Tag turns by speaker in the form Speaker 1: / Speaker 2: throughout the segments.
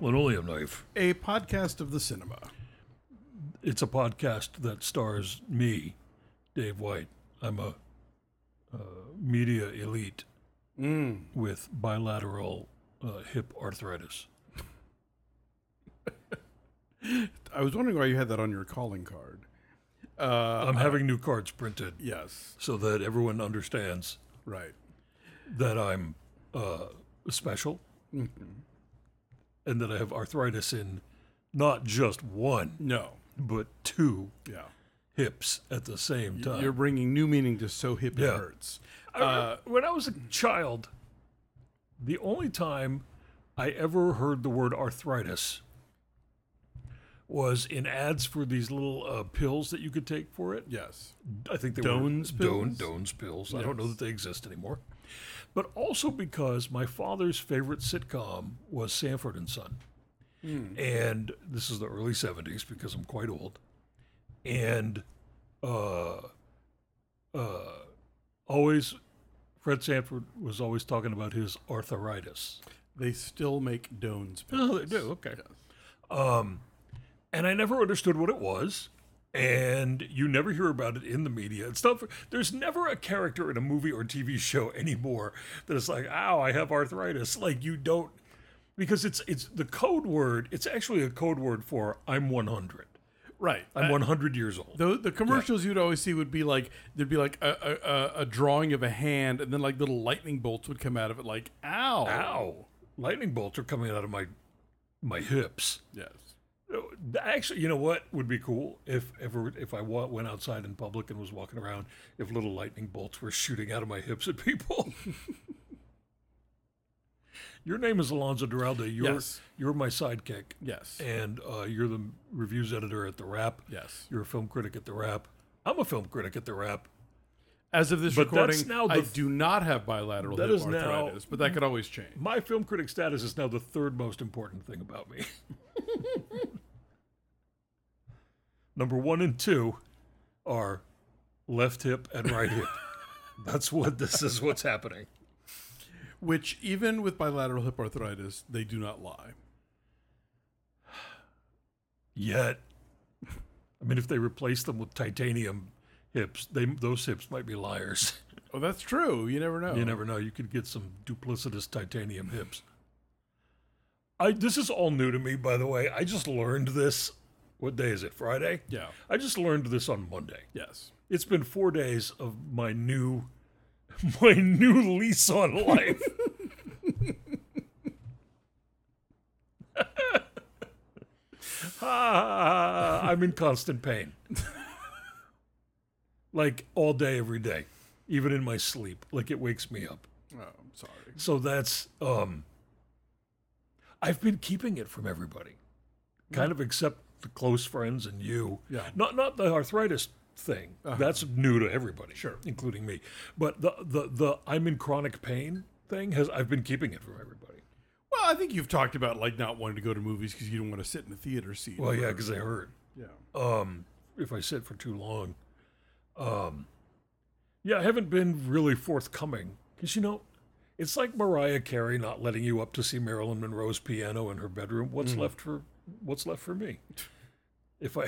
Speaker 1: Linoleum Knife.
Speaker 2: A podcast of the cinema.
Speaker 1: It's a podcast that stars me, Dave White. I'm a uh, media elite
Speaker 2: Mm.
Speaker 1: with bilateral uh, hip arthritis.
Speaker 2: I was wondering why you had that on your calling card. Uh,
Speaker 1: I'm having new cards printed
Speaker 2: yes,
Speaker 1: so that everyone understands
Speaker 2: right.
Speaker 1: that I'm uh, special
Speaker 2: Mm-hmm.
Speaker 1: and that I have arthritis in not just one,
Speaker 2: No,
Speaker 1: but two
Speaker 2: yeah.
Speaker 1: hips at the same time.
Speaker 2: You're bringing new meaning to so hip it
Speaker 1: Yeah.
Speaker 2: hurts.
Speaker 1: I remember when I was a child, the only time I ever heard the word arthritis was in ads for these little uh, pills that you could take for it.
Speaker 2: Yes,
Speaker 1: I think they
Speaker 2: Doan's
Speaker 1: were
Speaker 2: pills?
Speaker 1: Doan, Doan's pills. I don't know that they exist anymore. But also because my father's favorite sitcom was Sanford and Son. And this is the early 70s because I'm quite old. And uh uh always Fred Sanford was always talking about his arthritis.
Speaker 2: they still make Doan's pills.
Speaker 1: Oh, they do. Okay. Um, and I never understood what it was. And you never hear about it in the media. It's not. There's never a character in a movie or TV show anymore that is like, "Ow, I have arthritis." Like you don't, because it's it's the code word. It's actually a code word for I'm 100.
Speaker 2: Right. Uh,
Speaker 1: I'm 100 years old.
Speaker 2: The, the commercials you'd always see would be like there'd be like a, a- a, a drawing of a hand, and then like little lightning bolts would come out of it, like ow,
Speaker 1: Ow! Lightning bolts are coming out of my my hips.
Speaker 2: Yes.
Speaker 1: Actually, you know what would be cool if ever if I wa- went outside in public and was walking around, if little lightning bolts were shooting out of my hips at people. your name is Alonzo Duralde. You're
Speaker 2: Yes.
Speaker 1: you're my sidekick.
Speaker 2: Yes.
Speaker 1: and uh, you're the reviews editor at the Rap.
Speaker 2: Yes.
Speaker 1: you're a film critic at the Rap. I'm a film critic at the Rap.
Speaker 2: As of this
Speaker 1: But
Speaker 2: recording,
Speaker 1: that's now
Speaker 2: I
Speaker 1: the-
Speaker 2: do not have bilateral
Speaker 1: That
Speaker 2: hip
Speaker 1: is now-
Speaker 2: arthritis, but that could always change.
Speaker 1: My film critic status is now the third most important thing about me. Number one and two are left hip and right hip. That's what this is what's happening.
Speaker 2: Which, even with bilateral hip arthritis, they do not lie.
Speaker 1: Yet, I mean, if they replace them with titanium hips, they those hips might be liars.
Speaker 2: Oh, that's true. You never know.
Speaker 1: You never know. You could get some duplicitous titanium hips. I this is all new to me, by the way. I just learned this. What day is it? Friday.
Speaker 2: Yeah.
Speaker 1: I just learned this on Monday.
Speaker 2: Yes.
Speaker 1: It's been four days of my new, my new lease on life. ah, I'm in constant pain, like all day, every day, even in my sleep. Like it wakes me up.
Speaker 2: Oh, I'm sorry.
Speaker 1: So that's um I've been keeping it from everybody. Kind of except the close friends and you.
Speaker 2: Yeah.
Speaker 1: Not not the arthritis thing. That's new to everybody. Uh-huh. Sure. Including me. But the the the I'm in chronic pain thing has I've been keeping it from everybody.
Speaker 2: Well, I think you've talked about like not wanting to go to movies because you don't want to sit in a theater seat.
Speaker 1: Well, yeah, because they hurt.
Speaker 2: yeah.
Speaker 1: um, if I sit for too long. Um, yeah, I haven't been really forthcoming because you know, it's like Mariah Carey not letting you up to see Marilyn Monroe's piano in her bedroom. What's left for What's left for me? If I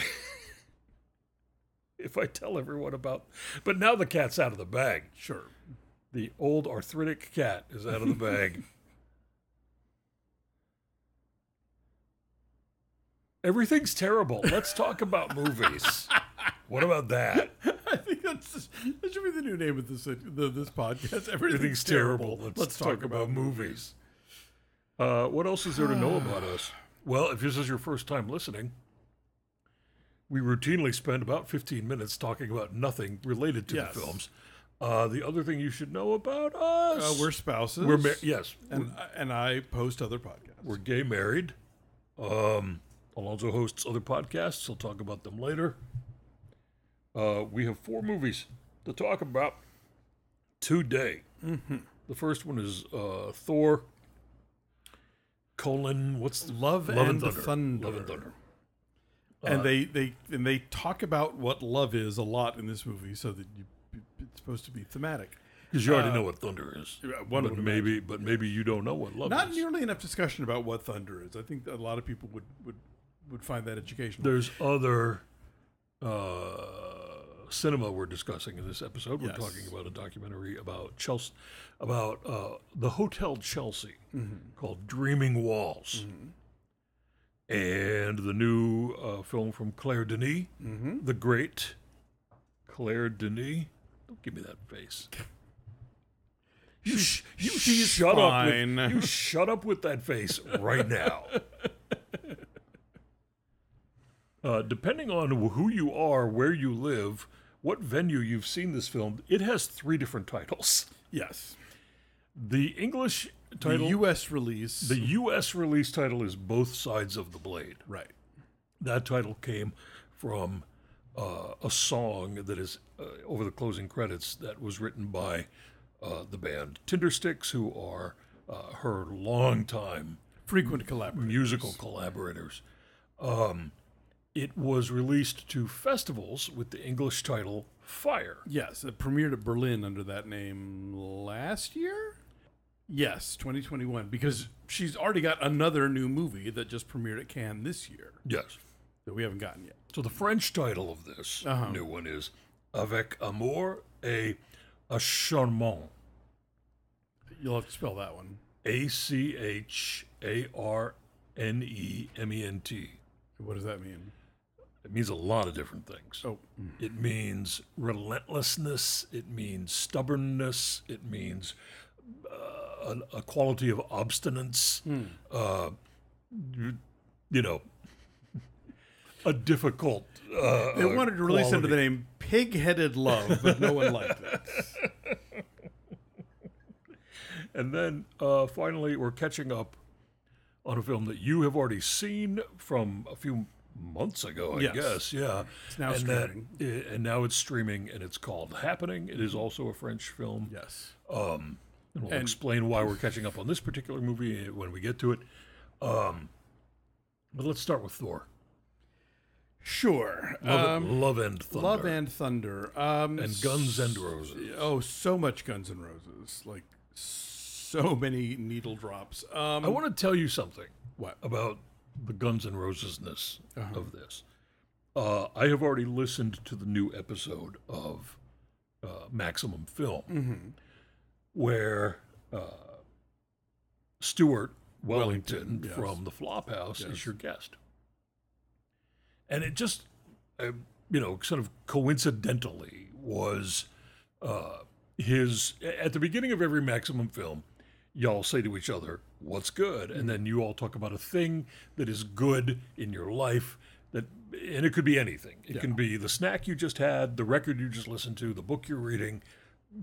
Speaker 1: if I tell everyone about, but now the cat's out of the bag.
Speaker 2: Sure.
Speaker 1: The old arthritic cat is out of the bag. Everything's terrible. Let's talk about movies. What about that?
Speaker 2: I think that's that should be the new name of this the, this podcast. Everything's
Speaker 1: Everything's
Speaker 2: terrible.
Speaker 1: terrible. Let's, talk, about, movies. Uh, what else is there to know about us? Well, if this is your first time listening, we routinely spend about 15 minutes talking about nothing related to
Speaker 2: Yes.
Speaker 1: the films. Uh, the other thing you should know about us.
Speaker 2: Uh, we're spouses.
Speaker 1: We're mar- yes,
Speaker 2: and and I post other podcasts.
Speaker 1: we're gay married. Um, Alonzo hosts other podcasts. He'll talk about them later. Uh, we have four movies to talk about today.
Speaker 2: Mm-hmm.
Speaker 1: The first one is uh, Thor. Colon, what's the
Speaker 2: Love, and
Speaker 1: Thunder.
Speaker 2: Thunder.
Speaker 1: Love and Thunder. uh,
Speaker 2: and they they and they talk about what love is a lot in this movie, so that you, it's supposed to be thematic.
Speaker 1: Because you already know what thunder is.
Speaker 2: Uh, one
Speaker 1: but
Speaker 2: would
Speaker 1: maybe, but maybe you don't know what love
Speaker 2: Not
Speaker 1: is.
Speaker 2: nearly enough discussion about what thunder is. I think a lot of people would would would find that educational.
Speaker 1: There's other uh, cinema we're discussing in this episode. We're
Speaker 2: Yes.
Speaker 1: talking about a documentary about Chelsea, about uh, the Hotel Chelsea called Dreaming Walls, and the new uh, film from Claire Denis, the great Claire Denis. Don't give me that face. You, sh- you
Speaker 2: she's
Speaker 1: shut
Speaker 2: fine.
Speaker 1: up! With, you shut up with that face right now. Uh, depending on who you are, where you live, what venue you've seen this film, it has three different titles.
Speaker 2: yes,
Speaker 1: The English
Speaker 2: the
Speaker 1: title,
Speaker 2: U.S. release.
Speaker 1: the U.S. release title is Both Sides of the Blade.
Speaker 2: right.
Speaker 1: That title came from uh, a song that is uh, over the closing credits that was written by uh, the band Tindersticks, who are uh, her longtime
Speaker 2: Frequent collaborators.
Speaker 1: musical collaborators. Um, it was released to festivals with the English title Fire.
Speaker 2: Yes, it premiered at Berlin under that name last year. Yes, 2021, because she's already got another new movie that just premiered at Cannes this year
Speaker 1: Yes.
Speaker 2: that we haven't gotten yet.
Speaker 1: So the French title of this new one is Avec Amour et a Charmant.
Speaker 2: You'll have to spell that one.
Speaker 1: A C H A R N E M E N T.
Speaker 2: What does that mean?
Speaker 1: It means a lot of different things.
Speaker 2: Oh,
Speaker 1: It means relentlessness. It means stubbornness. It means uh, an- a quality of obstinance. Uh, you, you know, a difficult. Uh,
Speaker 2: they wanted to release under
Speaker 1: quality.
Speaker 2: the name Pig-Headed Love, but no one liked it.
Speaker 1: And then uh, finally, we're catching up on a film that you have already seen from a few months ago, I
Speaker 2: Yes.
Speaker 1: guess. Yeah. It's
Speaker 2: now
Speaker 1: and that- i- and now it's streaming, and it's called Happening. It is also a French film.
Speaker 2: Yes.
Speaker 1: And we'll
Speaker 2: Mm-hmm. And-
Speaker 1: explain why we're catching up on this particular movie when we get to it. Um, but let's start with Thor.
Speaker 2: Sure.
Speaker 1: Love,
Speaker 2: Um,
Speaker 1: Love and Thunder.
Speaker 2: Love and Thunder. Um,
Speaker 1: and Guns and Roses.
Speaker 2: Oh, so much Guns N' Roses. Like, so many needle drops. Um,
Speaker 1: I want to tell you something
Speaker 2: What?
Speaker 1: about the Guns and Rosesness
Speaker 2: Uh-huh.
Speaker 1: of this. Uh, I have already listened to the new episode of uh, Maximum Film,
Speaker 2: Mm-hmm.
Speaker 1: where uh, Stuart Wellington,
Speaker 2: Wellington, yes.
Speaker 1: from the Flophouse is your guest, and it just, uh, you know, sort of coincidentally was uh, his at the beginning of every Maximum Film y'all say to each other, What's good? And then you all talk about a thing that is good in your life. That, and it could be anything. It can be the snack you just had, the record you just listened to, the book you're reading,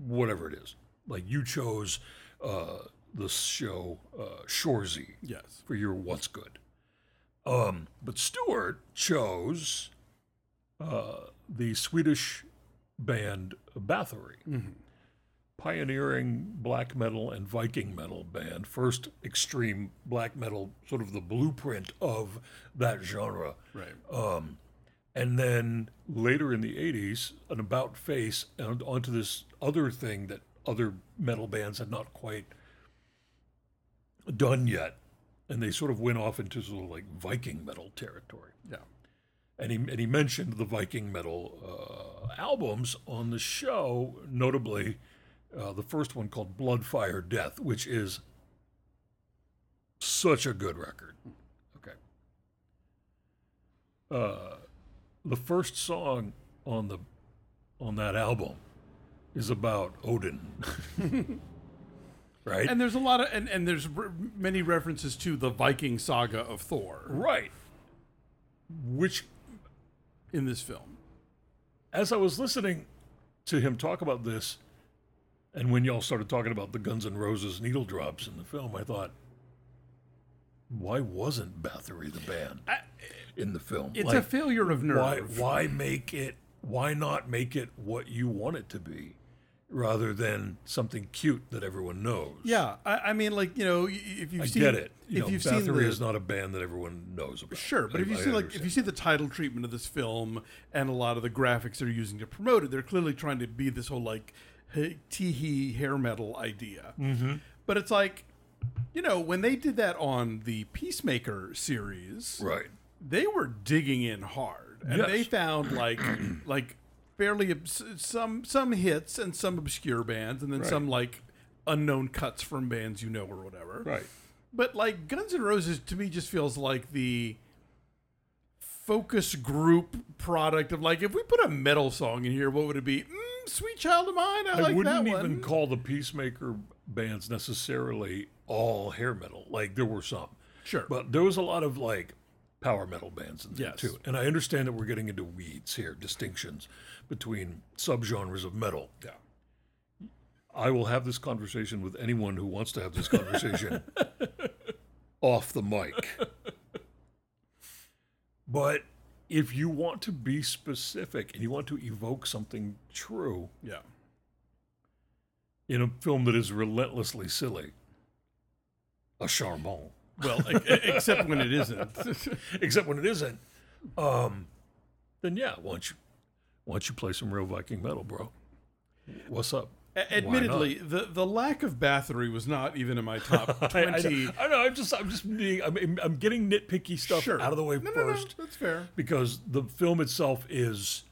Speaker 1: whatever it is. Like you chose uh, the show uh, Shorzy
Speaker 2: Yes.
Speaker 1: for your what's good. Um, but Stewart chose uh, the Swedish band Bathory, pioneering black metal and Viking metal band, first extreme black metal, sort of the blueprint of that genre.
Speaker 2: Right.
Speaker 1: Oh. And then later in the 80s, an about face and onto this other thing that other metal bands had not quite done yet. And they sort of went off into sort of like Viking metal territory.
Speaker 2: yeah.
Speaker 1: And he, and he mentioned the Viking metal uh, albums on the show, notably uh, the first one called Blood, Fire, Death, which is such a good record. Okay. Uh, the first song on the on that album is about Odin, right?
Speaker 2: And there's a lot of and, and there's r many references to the Viking saga of Thor
Speaker 1: right. Which
Speaker 2: in this film.
Speaker 1: as I was listening to him talk about this, And when y'all started talking about the Guns N' Roses needle drops in the film, I thought, why wasn't Bathory the band in the film?
Speaker 2: It's a
Speaker 1: Like,
Speaker 2: failure of nerve.
Speaker 1: why why make it why not make it what you want it to be rather than something cute that everyone knows
Speaker 2: Yeah, I, I mean, like you know, y- y- if you've
Speaker 1: i
Speaker 2: seen
Speaker 1: get it you
Speaker 2: if
Speaker 1: know,
Speaker 2: you've
Speaker 1: Bathory
Speaker 2: seen the,
Speaker 1: is not a band that everyone knows about
Speaker 2: Sure, but
Speaker 1: I-
Speaker 2: if you
Speaker 1: I
Speaker 2: see like if
Speaker 1: understand.
Speaker 2: you see the title treatment of this film and a lot of the graphics they're using to promote it, they're clearly trying to be this whole like hey, teehee hair metal idea. Mm-hmm. But it's like, you know, when they did that on the Peacemaker series,
Speaker 1: right
Speaker 2: they were digging in hard, and
Speaker 1: Yes.
Speaker 2: they found like like fairly obs- some some hits and some obscure bands, and then some like unknown cuts from bands you know or whatever.
Speaker 1: right
Speaker 2: But like Guns N' Roses to me just feels like the focus group product of like if we put a metal song in here, what would it be? Mm, Sweet Child of Mine. I,
Speaker 1: i
Speaker 2: like
Speaker 1: wouldn't
Speaker 2: that
Speaker 1: even
Speaker 2: one.
Speaker 1: call the peacemaker bands necessarily all hair metal like there were some
Speaker 2: sure,
Speaker 1: but there was a lot of like power metal bands in there
Speaker 2: Yes.
Speaker 1: too and i understand that we're getting into weeds here distinctions between subgenres of metal
Speaker 2: yeah.
Speaker 1: I will have this conversation with anyone who wants to have this conversation off the mic. But if you want to be specific and you want to evoke something true
Speaker 2: yeah,
Speaker 1: in a film that is relentlessly silly, a charbon,
Speaker 2: Well, e- e- except when it isn't.
Speaker 1: except when it isn't, um, then yeah, why don't you, why don't you play some real Viking metal, bro? What's up?
Speaker 2: A- Admittedly, the the lack of Bathory was not even in my top
Speaker 1: I, I,
Speaker 2: twenty.
Speaker 1: I know. I'm just. I'm just. Being, I'm. I'm getting nitpicky stuff
Speaker 2: sure,
Speaker 1: out of the way
Speaker 2: No, no, no,
Speaker 1: first
Speaker 2: that's fair.
Speaker 1: because the film itself is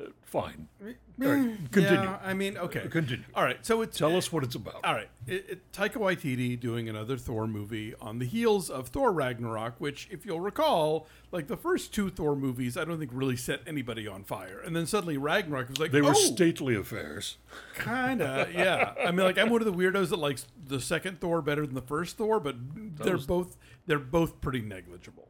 Speaker 1: uh, fine. All right, continue.
Speaker 2: Yeah, I mean, okay.
Speaker 1: Continue.
Speaker 2: All right, so it's
Speaker 1: Tell us what it's about.
Speaker 2: All right, it, it, Taika Waititi doing another Thor movie on the heels of Thor Ragnarok, which, if you'll recall, like the first two Thor movies, I don't think really set anybody on fire, and then suddenly Ragnarok was like
Speaker 1: They were
Speaker 2: oh,
Speaker 1: stately affairs.
Speaker 2: kinda yeah. I mean, like I'm one of the weirdos that likes the second Thor better than the first Thor, but they're both they're both pretty negligible,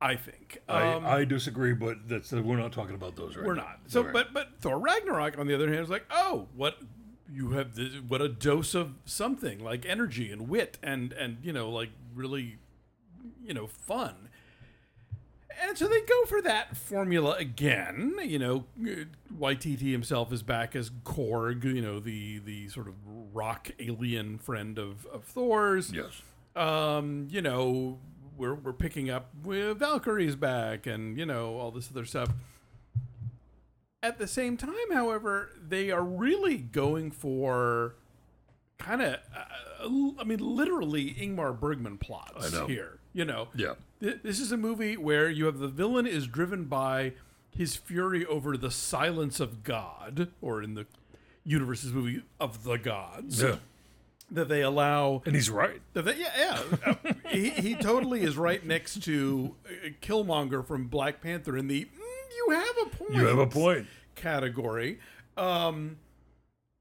Speaker 2: I think. Um,
Speaker 1: I, I disagree, but that's we're not talking about those right
Speaker 2: We're
Speaker 1: now.
Speaker 2: not. So,
Speaker 1: All right.
Speaker 2: but but Thor Ragnarok, on the other hand, is like, oh, what you have, this, what a dose of something like energy and wit and and you know like really, you know, fun. And so they go for that formula again. You know, YTT himself is back as Korg. You know, the the sort of rock alien friend of of Thor's
Speaker 1: yes,
Speaker 2: um, you know, we're, we're picking up with Valkyrie's back and, you know, all this other stuff. At the same time, however, they are really going for kind of, uh, I mean, literally Ingmar Bergman plots
Speaker 1: I know.
Speaker 2: here. You know,
Speaker 1: Yeah.
Speaker 2: Th- this is a movie where you have the villain is driven by his fury over the silence of God, or in the universe's movie of the gods,
Speaker 1: yeah,
Speaker 2: that they allow
Speaker 1: and he's right.
Speaker 2: the thing- yeah, yeah. Uh, he, he totally is right next to uh, Killmonger from Black Panther in the mm, you have a point.
Speaker 1: You have a point.
Speaker 2: Category. Um,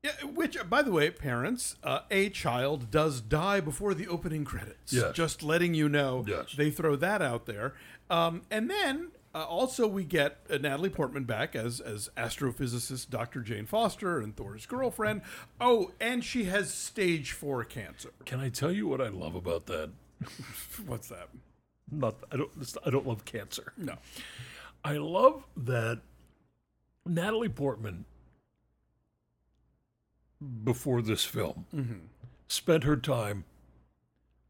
Speaker 2: yeah, which, uh, by the way, parents, uh, a child does die before the opening credits.
Speaker 1: Yes.
Speaker 2: Just letting you know.
Speaker 1: Yes.
Speaker 2: They throw that out there. Um, and then. Uh, also, we get uh, Natalie Portman back as as astrophysicist Dr. Jane Foster and Thor's girlfriend. Oh, and she has stage four cancer.
Speaker 1: Can I tell you what I love about that?
Speaker 2: What's that?
Speaker 1: Not I don't. it's- I don't love cancer.
Speaker 2: No.
Speaker 1: I love that Natalie Portman, before this film,
Speaker 2: Mm-hmm.
Speaker 1: spent her time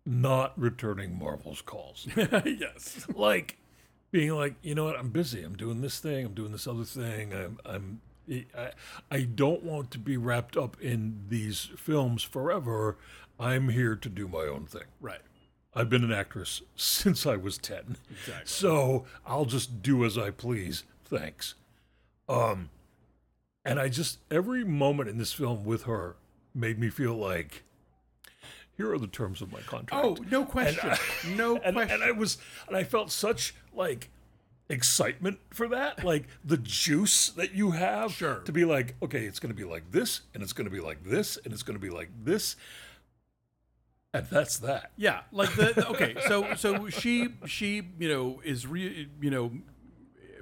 Speaker 1: not returning Marvel's calls.
Speaker 2: yes.
Speaker 1: like, being like, you know what, I'm busy. I'm doing this thing. I'm doing this other thing. I'm, I'm, I, I don't want to be wrapped up in these films forever. I'm here to do my own thing.
Speaker 2: Right.
Speaker 1: I've been an actress since I was 10.
Speaker 2: Exactly.
Speaker 1: So I'll just do as I please. Thanks. Um, and I just, every moment in this film with her made me feel like, here are the terms of my contract.
Speaker 2: Oh, no question. no
Speaker 1: uh, and,
Speaker 2: question.
Speaker 1: and I was, and I felt such like excitement for that, like the juice that you have
Speaker 2: Sure.
Speaker 1: to be like, okay, it's going to be like this, and it's going to be like this, and it's going to be like this. And that's that.
Speaker 2: yeah, like the, the- okay, so so she she, you know, is re, you know,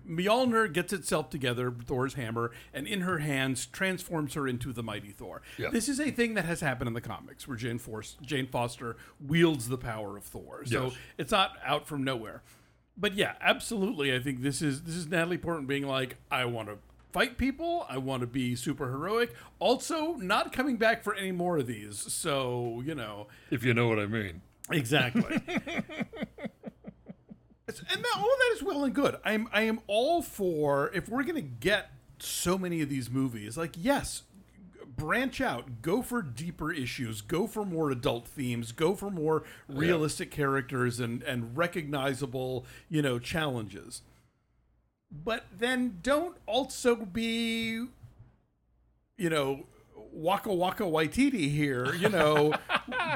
Speaker 2: Mjolnir gets itself together, Thor's hammer, and in her hands transforms her into the mighty Thor.
Speaker 1: Yeah.
Speaker 2: This is a thing that has happened in the comics where Jane, Force, Jane Foster wields the power of Thor. So
Speaker 1: Yes.
Speaker 2: it's not out from nowhere. But yeah, absolutely. I think this is this is Natalie Portman being like, I want to fight people. I want to be super heroic. Also, not coming back for any more of these. So you know,
Speaker 1: if you know what I mean.
Speaker 2: Exactly. and that, all that is well and good. I am I am all for if we're going to get so many of these movies, like yes, g- branch out, go for deeper issues, go for more adult themes, go for more realistic characters and and recognizable, you know, challenges. But then don't also be you know, Waka Waka Waititi here, you know,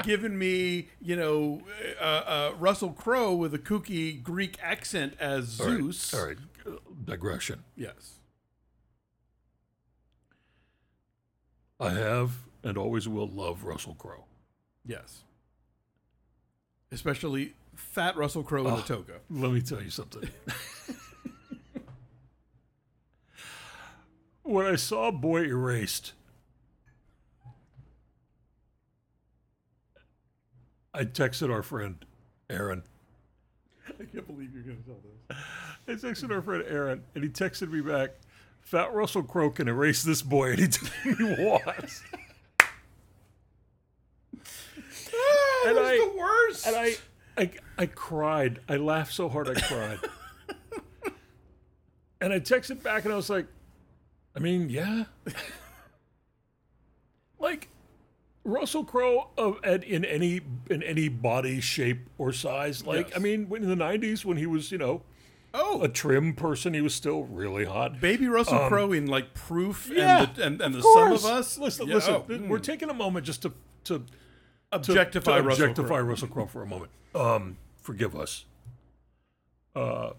Speaker 2: giving me, you know, uh, uh, Russell Crowe with a kooky Greek accent as
Speaker 1: All right,
Speaker 2: Zeus.
Speaker 1: All right. uh, Digression.
Speaker 2: Yes.
Speaker 1: I have and always will love Russell Crowe.
Speaker 2: Yes. Especially fat Russell Crowe in a toga.
Speaker 1: Let me tell you something. when I saw Boy Erased, I texted our friend Aaron.
Speaker 2: I can't believe you're going to tell this.
Speaker 1: I texted our friend Aaron, and he texted me back, "Fat Russell Crowe can erase this boy," and he told me what. And
Speaker 2: Ah, that's
Speaker 1: I-
Speaker 2: the worst.
Speaker 1: and I, I, I cried. I laughed so hard I cried. and I texted back, and I was like, I mean, yeah. like Russell Crowe of at, in any in any body shape or size. Like,
Speaker 2: Yes.
Speaker 1: I mean, when in the '90s, when he was, you know.
Speaker 2: oh,
Speaker 1: A trim person, he was still really hot.
Speaker 2: baby Russell Crowe in like Proof
Speaker 1: Um, Yeah,
Speaker 2: and the, and, and the
Speaker 1: of
Speaker 2: Sum of
Speaker 1: course.
Speaker 2: Us.
Speaker 1: Listen,
Speaker 2: Yeah,
Speaker 1: listen.
Speaker 2: oh,
Speaker 1: th-
Speaker 2: mm.
Speaker 1: We're taking a moment just to to to-
Speaker 2: objectify
Speaker 1: to
Speaker 2: Russell
Speaker 1: objectify
Speaker 2: Crowe.
Speaker 1: Russell Crowe for a moment. Um, forgive us. Uh,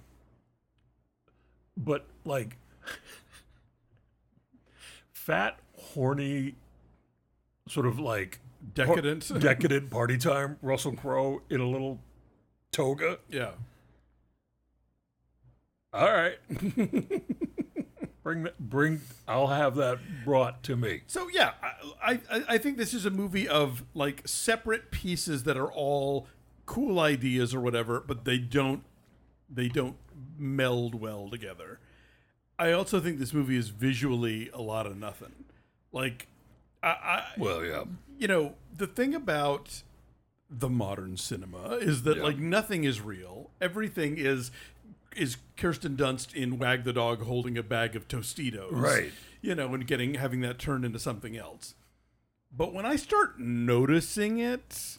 Speaker 1: but like, fat, horny, sort of like par-
Speaker 2: Decadent.
Speaker 1: decadent party time. Russell Crowe in a little toga.
Speaker 2: yeah.
Speaker 1: All right. Bring that, bring. I'll have that brought to me.
Speaker 2: So yeah, I, I I think this is a movie of like separate pieces that are all cool ideas or whatever, but they don't they don't meld well together. I also think this movie is visually a lot of nothing. Like I, I
Speaker 1: Well, yeah.
Speaker 2: you know, the thing about the modern cinema is that
Speaker 1: Yeah.
Speaker 2: like nothing is real. Everything is is Kirsten Dunst in Wag the Dog holding a bag of Tostitos,
Speaker 1: Right.
Speaker 2: You know, and getting having that turned into something else. But when I start noticing it,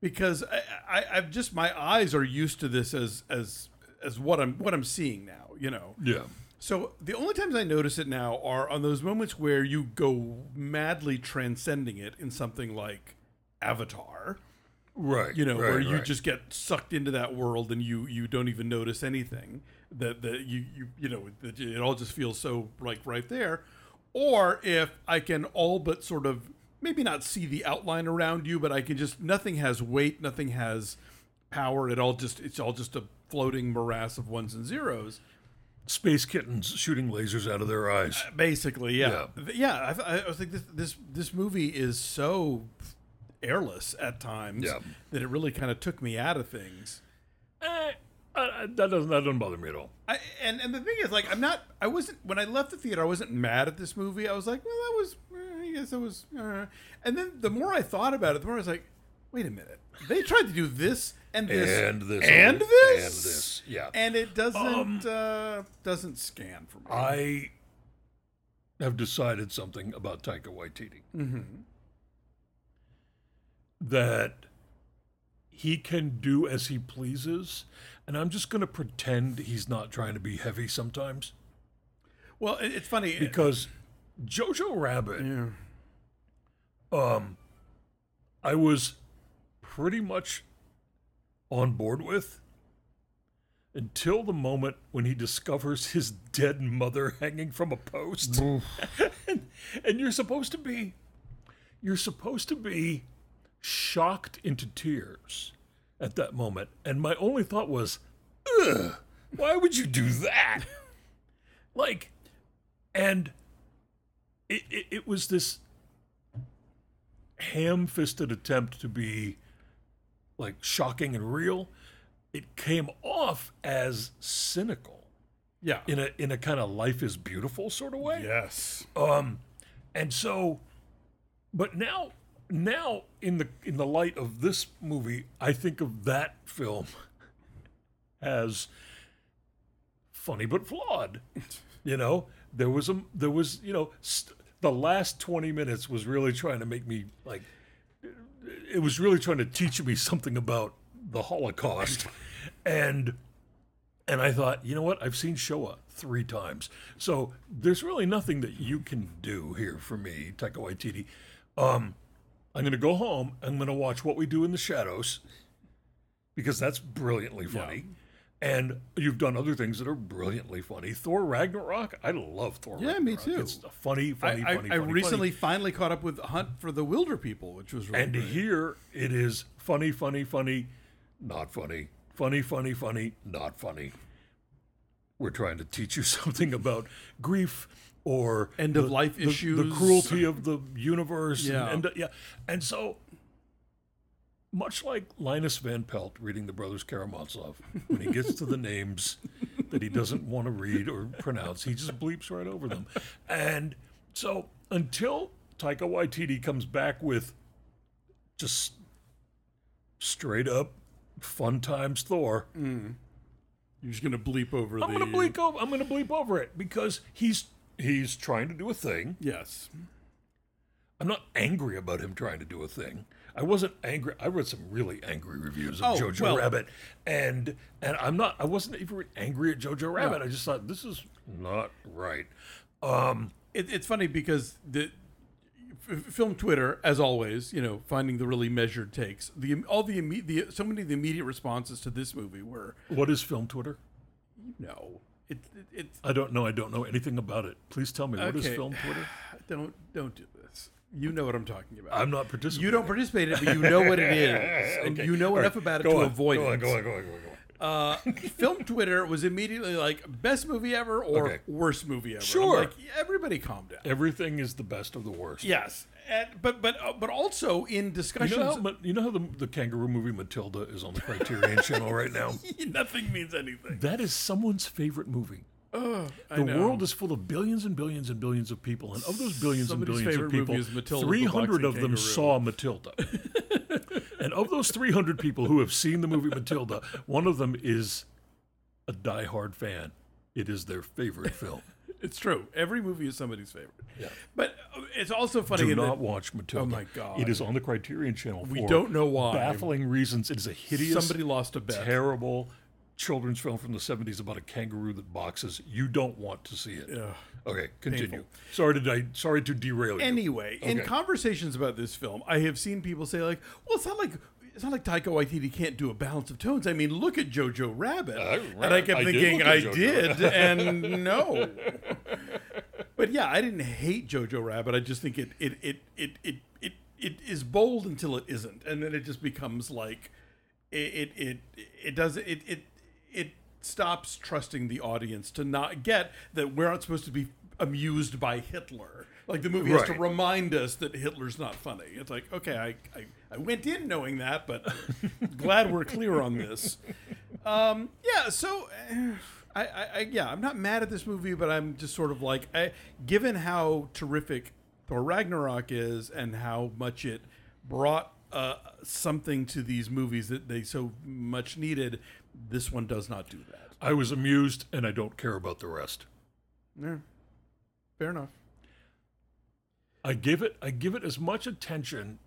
Speaker 2: because I, I, I've just my eyes are used to this as as as what I'm what I'm seeing now. You know,
Speaker 1: Yeah.
Speaker 2: so the only times I notice it now are on those moments where you go madly transcending it in something like Avatar,
Speaker 1: Right.
Speaker 2: you know,
Speaker 1: right,
Speaker 2: where you
Speaker 1: right.
Speaker 2: just get sucked into that world and you you don't even notice anything that that you you you know that it all just feels so like right there. Or if I can all but sort of maybe not see the outline around you, but I can just nothing has weight, nothing has power. It all just it's all just a floating morass of ones and zeros.
Speaker 1: space kittens shooting lasers out of their eyes.
Speaker 2: Basically, yeah, Th- yeah. I, I was like, this, this this movie is so airless at times
Speaker 1: Yeah.
Speaker 2: that it really kind of took me out of things.
Speaker 1: Eh, uh, that doesn't that doesn't bother me at all.
Speaker 2: I, and and the thing is, like, I'm not. I wasn't when I left the theater. I wasn't mad at this movie. I was like, well, that was. eh, I guess that was. Uh. And then the more I thought about it, the more I was like, wait a minute. They tried to do this and this
Speaker 1: And this and
Speaker 2: and this
Speaker 1: this, yeah.
Speaker 2: and it doesn't uh, doesn't scan for me.
Speaker 1: I have decided something about Taika Waititi.
Speaker 2: Mm-hmm.
Speaker 1: That he can do as he pleases, and I'm just going to pretend he's not trying to be heavy sometimes
Speaker 2: well, it, it's funny
Speaker 1: because Jojo Rabbit.
Speaker 2: Yeah.
Speaker 1: um, I was pretty much on board with until the moment when he discovers his dead mother hanging from a post. and, and you're supposed to be, you're supposed to be shocked into tears at that moment. And my only thought was, Ugh, why would you do that? Like, and it, it, it was this ham fisted attempt to be like shocking and real. It came off as cynical
Speaker 2: Yeah.
Speaker 1: in a in a kind of life is beautiful sort of way.
Speaker 2: yes.
Speaker 1: Um, and so, but now, now in the in the light of this movie, I think of that film as funny but flawed. You know, there was a there was you know st- the last twenty minutes was really trying to make me like it was really trying to teach me something about the Holocaust, and and I thought, you know what? I've seen Showa three times, so there's really nothing that you can do here for me, Taika Waititi. Um, I'm gonna go home. I'm gonna watch What We Do in the Shadows because that's brilliantly funny, and you've done other things that are brilliantly funny. Thor Ragnarok. I love Thor.
Speaker 2: Yeah, me
Speaker 1: Ragnarok.
Speaker 2: too.
Speaker 1: It's a funny,
Speaker 2: I,
Speaker 1: funny,
Speaker 2: I-
Speaker 1: funny.
Speaker 2: I
Speaker 1: funny,
Speaker 2: recently finally caught up with Hunt for the Wilder People, which was really
Speaker 1: funny. and
Speaker 2: great.
Speaker 1: here it is funny, funny, funny, not funny, funny, funny, funny, not funny. We're trying to teach you something about grief or
Speaker 2: End
Speaker 1: the-
Speaker 2: of life
Speaker 1: the- the
Speaker 2: issues.
Speaker 1: cruelty of the universe.
Speaker 2: Yeah.
Speaker 1: and, and yeah, and so much like Linus Van Pelt reading the Brothers Karamazov, when he gets to the names that he doesn't want to read or pronounce, he just bleeps right over them. And so until Taika Waititi comes back with just straight up fun times Thor,
Speaker 2: You're just gonna bleep over
Speaker 1: I'm
Speaker 2: Mm. the
Speaker 1: gonna bleep over. I'm gonna bleep over it because he's he's trying to do a thing.
Speaker 2: Yes.
Speaker 1: I'm not angry about him trying to do a thing. I wasn't angry. I read some really angry reviews of
Speaker 2: Oh,
Speaker 1: Jojo
Speaker 2: well-
Speaker 1: Rabbit, and and I'm not. I wasn't even angry at Jojo Rabbit. I just thought this is not right.
Speaker 2: It, it's funny because the f- film Twitter, as always, you know, finding the really measured takes. The all the, imme- the so many of the immediate responses to this movie were
Speaker 1: What is film Twitter?
Speaker 2: no. It, it, it's
Speaker 1: I don't know. I don't know anything about it. Please tell me what is
Speaker 2: Okay.
Speaker 1: film Twitter.
Speaker 2: don't don't do this. You know what I'm talking about.
Speaker 1: I'm not participating.
Speaker 2: you don't participate in it, but you know what it is, and you know enough about it
Speaker 1: Go
Speaker 2: to
Speaker 1: on,
Speaker 2: avoid
Speaker 1: go
Speaker 2: it.
Speaker 1: on, go on. Go on. Go on. Go on.
Speaker 2: uh, film Twitter was immediately like best movie ever or
Speaker 1: Okay.
Speaker 2: worst movie ever. I'm
Speaker 1: Sure.
Speaker 2: like everybody calm down.
Speaker 1: Everything is the best of the worst.
Speaker 2: Yes, and, but but uh, but also in
Speaker 1: You
Speaker 2: discussions,
Speaker 1: know, how, Ma- you know how the, the kangaroo movie Matilda is on the Criterion channel right now?
Speaker 2: nothing means anything.
Speaker 1: That is someone's favorite movie.
Speaker 2: Oh,
Speaker 1: The world is full of billions and billions and billions of people, and of those billions
Speaker 2: Somebody's
Speaker 1: and billions
Speaker 2: favorite
Speaker 1: of
Speaker 2: movie
Speaker 1: people,
Speaker 2: is Matilda the
Speaker 1: 300
Speaker 2: Boxing
Speaker 1: of them
Speaker 2: Kangaroo.
Speaker 1: saw Matilda. and of those 300 people who have seen the movie Matilda, one of them is a diehard fan. It is their favorite film.
Speaker 2: It's true. Every movie is somebody's favorite.
Speaker 1: Yeah.
Speaker 2: But uh, it's also funny.
Speaker 1: Do
Speaker 2: in that-
Speaker 1: not watch Matilda.
Speaker 2: Oh my God.
Speaker 1: It is on the Criterion Channel.
Speaker 2: we
Speaker 1: for
Speaker 2: don't know why
Speaker 1: baffling reasons. It is a hideous,
Speaker 2: somebody lost a bet.
Speaker 1: terrible children's film from the 70s about a kangaroo that boxes. You don't want to see it. Okay, continue. Sorry to di- sorry to derail you.
Speaker 2: Anyway, in
Speaker 1: Okay.
Speaker 2: conversations about this film, I have seen people say like, "Well, it's not like it's not like Taika Waititi can't do a balance of tones." I mean, look at Jojo Rabbit, and I kept
Speaker 1: Oh, I did
Speaker 2: thinking,
Speaker 1: look at
Speaker 2: "I
Speaker 1: Jojo
Speaker 2: did," and no. But yeah, I didn't hate Jojo Rabbit. I just think it it it it it it, it is bold until it isn't, and then it just becomes like it it it, it does it it it stops trusting the audience to not get that we're not supposed to be amused by Hitler. Like the movie has to
Speaker 1: Right.
Speaker 2: remind us that Hitler's not funny. It's like, okay, I, I, I went in knowing that, but glad we're clear on this. Um, yeah, so eh, I, I, I, yeah, I'm not mad at this movie, but I'm just sort of like, I, given how terrific Thor Ragnarok is and how much it brought uh, something to these movies that they so much needed, this one does not do that.
Speaker 1: I was amused and I don't care about the rest.
Speaker 2: Yeah. Fair enough.
Speaker 1: I give it I give it as much attention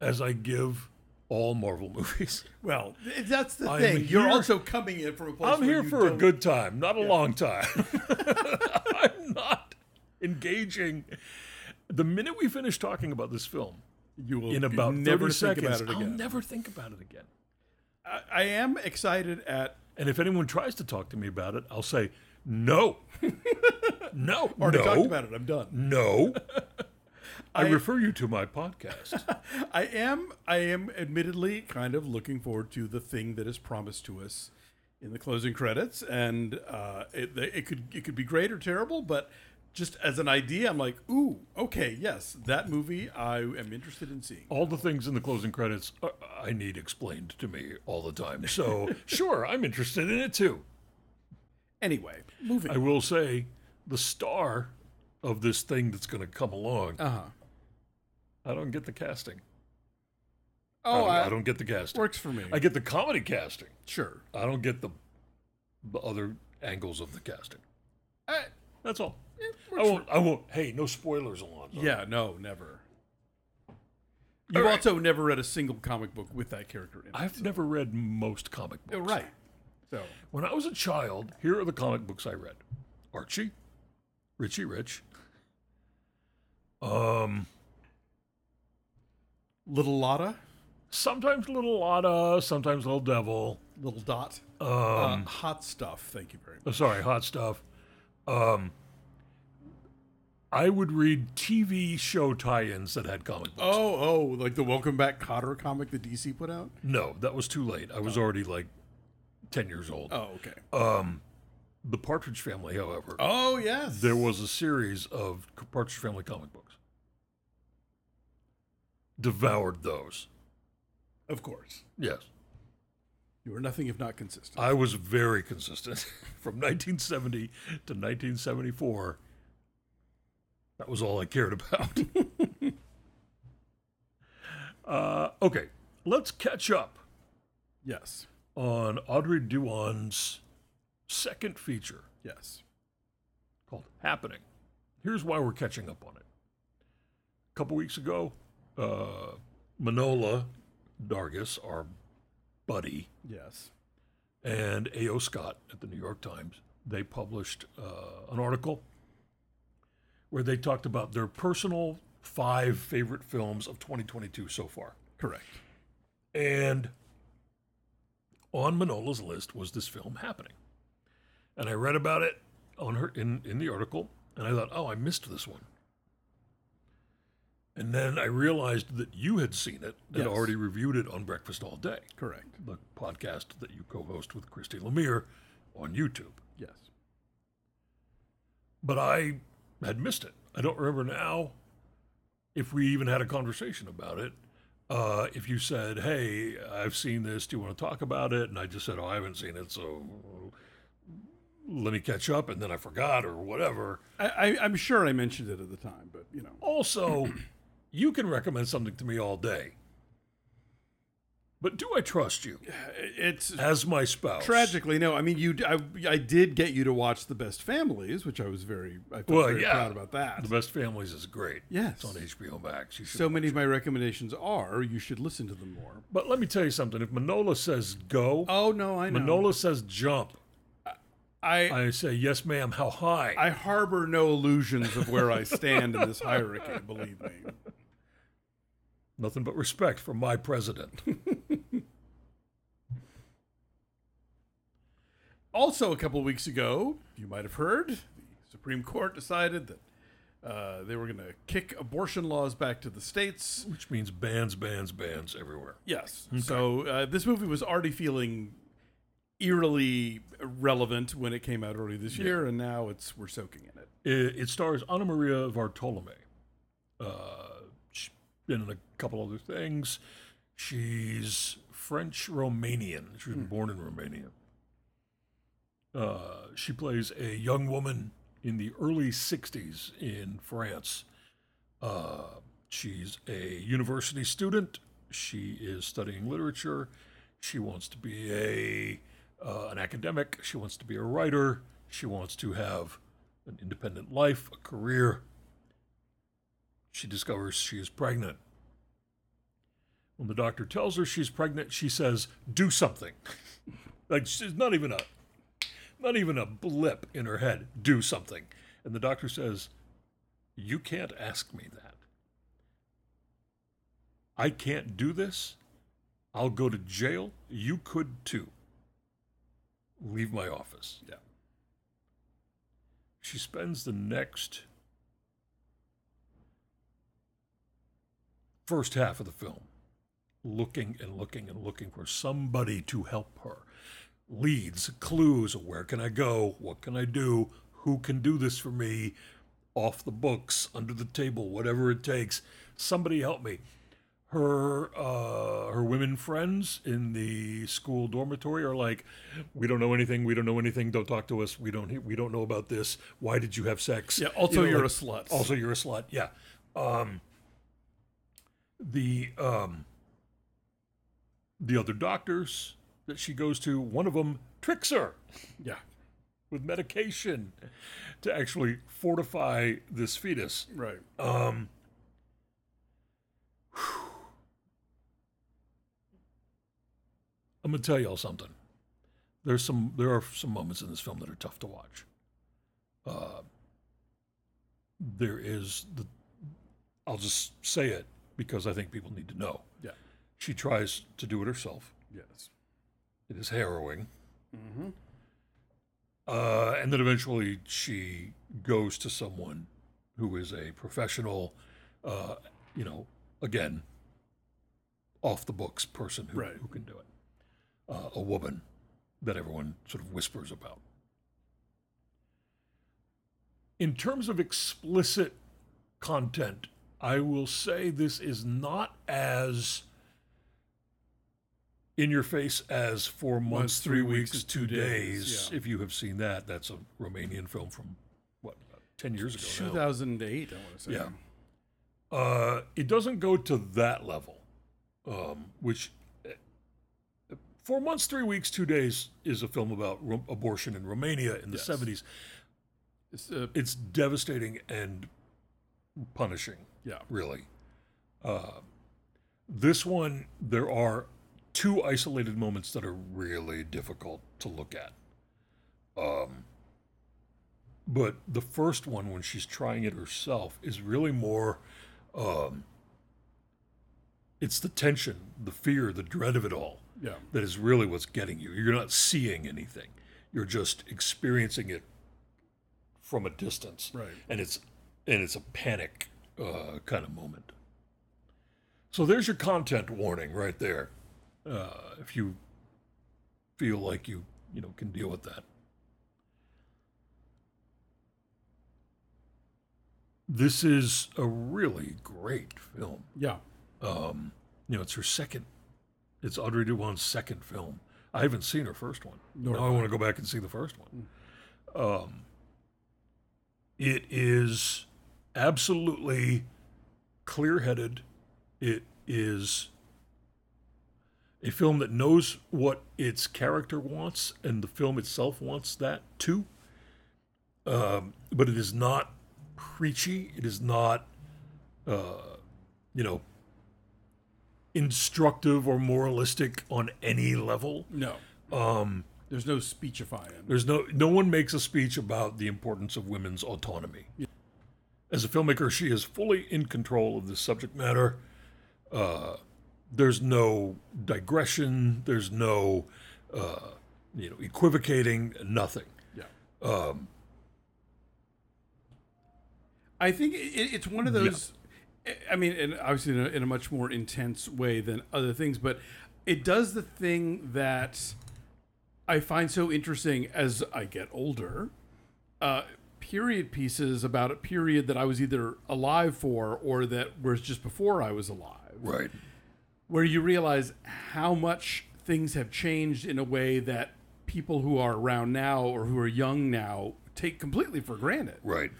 Speaker 1: as I give all Marvel movies.
Speaker 2: Well, Eh, that's the
Speaker 1: I'm
Speaker 2: thing. You're
Speaker 1: here-
Speaker 2: also coming in from a place.
Speaker 1: I'm
Speaker 2: where
Speaker 1: here
Speaker 2: you
Speaker 1: for a
Speaker 2: don't-
Speaker 1: good time, not a long time. I'm not engaging. The minute we finish talking about this film,
Speaker 2: You will
Speaker 1: in about
Speaker 2: never
Speaker 1: 30
Speaker 2: think
Speaker 1: seconds,
Speaker 2: about it
Speaker 1: I'll
Speaker 2: again.
Speaker 1: never think about it again.
Speaker 2: I, I am excited at
Speaker 1: And if anyone tries to talk to me about it, I'll say no, no,
Speaker 2: already
Speaker 1: no,
Speaker 2: talked about it. I'm done.
Speaker 1: no. I, refer you to my podcast.
Speaker 2: I am I am admittedly kind of looking forward to the thing that is promised to us in the closing credits, and uh, it they- it could it could be great or terrible, but just as an idea, I'm like, ooh, okay, yes, that movie I am interested in seeing.
Speaker 1: All the things in the closing credits uh, I need explained to me all the time. So, sure, I'm interested in it too.
Speaker 2: Anyway, moving.
Speaker 1: I will say the star of this thing that's going to come along,
Speaker 2: Uh huh.
Speaker 1: I don't get the casting. I
Speaker 2: Oh,
Speaker 1: don't,
Speaker 2: I,
Speaker 1: I don't get the casting.
Speaker 2: works for me.
Speaker 1: I get the comedy casting.
Speaker 2: sure.
Speaker 1: I don't get the, the other angles of the casting.
Speaker 2: I,
Speaker 1: That's all.
Speaker 2: it
Speaker 1: I
Speaker 2: works for-
Speaker 1: won't. I won't. Hey, no spoilers, Alonzo.
Speaker 2: yeah. No. Never. You've
Speaker 1: right.
Speaker 2: also never read a single comic book with that character in it.
Speaker 1: I've never read most comic books.
Speaker 2: Oh, right. So
Speaker 1: When I was a child, here are the comic books I read: Archie, Richie Rich, um,
Speaker 2: little Lotta,
Speaker 1: sometimes Little Lotta, sometimes Little Devil.
Speaker 2: little Dot,
Speaker 1: Um,
Speaker 2: uh, hot stuff. Thank you very much.
Speaker 1: oh, sorry, hot stuff. Um, I would read TV show tie-ins that had comic books.
Speaker 2: Oh, oh, like the Welcome Back Cotter comic that DC put out.
Speaker 1: No, that was too late. I was already like ten years old.
Speaker 2: Oh, okay.
Speaker 1: The Partridge Family, however,
Speaker 2: oh, yes.
Speaker 1: there was a series of Partridge Family comic books. Devoured those.
Speaker 2: of course.
Speaker 1: Yes.
Speaker 2: You are nothing if not consistent.
Speaker 1: I was very consistent from 1970 to 1974. That was all I cared about. uh, okay, let's catch up
Speaker 2: Yes.
Speaker 1: on Audrey Duan's second feature
Speaker 2: Yes.
Speaker 1: called Happening. Here's why we're catching up on it. A couple weeks ago, uh, Manola Dargis, our buddy,
Speaker 2: Yes.
Speaker 1: and A.O. Scott at the New York Times, they published uh, an article where they talked about their personal five favorite films of 2022 so far.
Speaker 2: Correct.
Speaker 1: And on Manola's list was this film happening. And I read about it on her in, in the article, and I thought, oh, I missed this one. And then I realized that you had seen it and
Speaker 2: Yes.
Speaker 1: already reviewed it on Breakfast All Day
Speaker 2: Correct.
Speaker 1: the podcast that you co-host with Christy Lemire on YouTube.
Speaker 2: Yes.
Speaker 1: But I had missed it. I don't remember now if we even had a conversation about it. Uh, if you said, "Hey, I've seen this. Do you want to talk about it?" and I just said, "Oh, I haven't seen it, so let me catch up," and then I forgot or whatever.
Speaker 2: I, I, I'm sure I mentioned it at the time, but you know.
Speaker 1: Also, you can recommend something to me all day, but do I trust you
Speaker 2: It's
Speaker 1: as my spouse?
Speaker 2: Uh, tragically no. I mean, you. d- I, I did get you to watch The Best Families, which I was very. I felt
Speaker 1: Well,
Speaker 2: very
Speaker 1: yeah.
Speaker 2: proud about that.
Speaker 1: The Best Families is great.
Speaker 2: Yes.
Speaker 1: It's on HBO Max. You should
Speaker 2: So many of my recommendations are you should listen to them more.
Speaker 1: But let me tell you something. If Manola says go,
Speaker 2: Oh no, I know.
Speaker 1: Manola says jump.
Speaker 2: I
Speaker 1: I say yes, ma'am. How high?
Speaker 2: I harbor no illusions of where I stand in this hierarchy, believe me.
Speaker 1: Nothing but respect for my president.
Speaker 2: Also, a couple of weeks ago, you might have heard, the Supreme Court decided that uh, they were going to kick abortion laws back to the states.
Speaker 1: Which means bans, bans, bans everywhere.
Speaker 2: Yes. So uh, this movie was already feeling eerily relevant when it came out early this year, and now it's we're soaking in it.
Speaker 1: It, it stars Anna Maria Vartolome. Uh, she's been in a couple other things. She's French Romanian. She was
Speaker 2: Hmm.
Speaker 1: born in Romania. Uh, she plays a young woman in the early 60s in France. Uh, she's a university student. She is studying literature. She wants to be a uh, an academic. She wants to be a writer. She wants to have an independent life, a career. She discovers she is pregnant. When the doctor tells her she's pregnant, she says, "Do something." like she's not even a not even a blip in her head. Do something. And the doctor says, you can't ask me that. I can't do this. I'll go to jail. You could too. Leave my office.
Speaker 2: Yeah.
Speaker 1: She spends the next first half of the film looking and looking and looking for somebody to help her. leads, clues. Where can I go? What can I do? Who can do this for me? Off the books, under the table, whatever it takes. Somebody help me. Her uh, her women friends in the school dormitory are like, we don't know anything. We don't know anything. Don't talk to us. We don't we don't know about this. Why did you have sex?
Speaker 2: Yeah.
Speaker 1: You
Speaker 2: Also,
Speaker 1: know,
Speaker 2: you are
Speaker 1: like-
Speaker 2: a slut.
Speaker 1: also, you're a slut. Yeah. Um, the um, the other doctors that she goes to, one of them tricks her
Speaker 2: yeah.
Speaker 1: with medication to actually fortify this fetus.
Speaker 2: Right.
Speaker 1: Um, I'm gonna tell y'all something. There's some there are some moments in this film that are tough to watch. Uh, there is the I'll just say it because I think people need to know.
Speaker 2: Yeah.
Speaker 1: She tries to do it herself.
Speaker 2: Yes.
Speaker 1: It is harrowing. Uh, and then eventually she goes to someone who is a professional, uh, you know, again, off the books person who,
Speaker 2: Right.
Speaker 1: who can do it. Uh, a woman that everyone sort of whispers about. In terms of explicit content, I will say this is not as in your face as four months, three, weeks, two days.
Speaker 2: yeah.
Speaker 1: If you have seen that, that's a Romanian film from what about ten years ago. now.
Speaker 2: 2008. I want to say.
Speaker 1: Yeah. Uh, it doesn't go to that level, um, which uh, four months, three weeks, two days is a film about ro- abortion in Romania in the
Speaker 2: Yes.
Speaker 1: seventies.
Speaker 2: It's, uh,
Speaker 1: It's devastating and punishing.
Speaker 2: yeah.
Speaker 1: really. Uh, this one, there are two isolated moments that are really difficult to look at. Um, but the first one, when she's trying it herself, is really more. Um, it's the tension, the fear, the dread of it all
Speaker 2: Yeah.
Speaker 1: that is really what's getting you. You're not seeing anything. You're just experiencing it from a distance.
Speaker 2: Right.
Speaker 1: And it's and it's a panic uh, kind of moment. So there's your content warning right there. Uh, if you feel like you you know can deal with that. This is a really great film
Speaker 2: Yeah.
Speaker 1: um, you know, it's her second. It's Audrey Duwan's second film. I haven't seen her first one.
Speaker 2: Nor
Speaker 1: now I
Speaker 2: have Mm.
Speaker 1: want to go back and see the first one. Um, it is absolutely clear-headed. It is a film that knows what its character wants, and the film itself wants that too. Um, but it is not preachy. It is not, uh, you know, instructive or moralistic on any level.
Speaker 2: No.
Speaker 1: Um,
Speaker 2: There's no speechifying.
Speaker 1: there's no no one makes a speech about the importance of women's autonomy. As a filmmaker, she is fully in control of this subject matter. Uh, there's no digression. There's no uh, you know equivocating. Nothing.
Speaker 2: Yeah. Um. I think it, it's one of those. I mean, and obviously in a, in a much more intense way than other things, but it does the thing that I find so interesting as I get older. Uh, period pieces about a period that I was either alive for or that was just before I was alive.
Speaker 1: Right.
Speaker 2: where you realize how much things have changed in a way that people who are around now or who are young now take completely for granted.
Speaker 1: Right.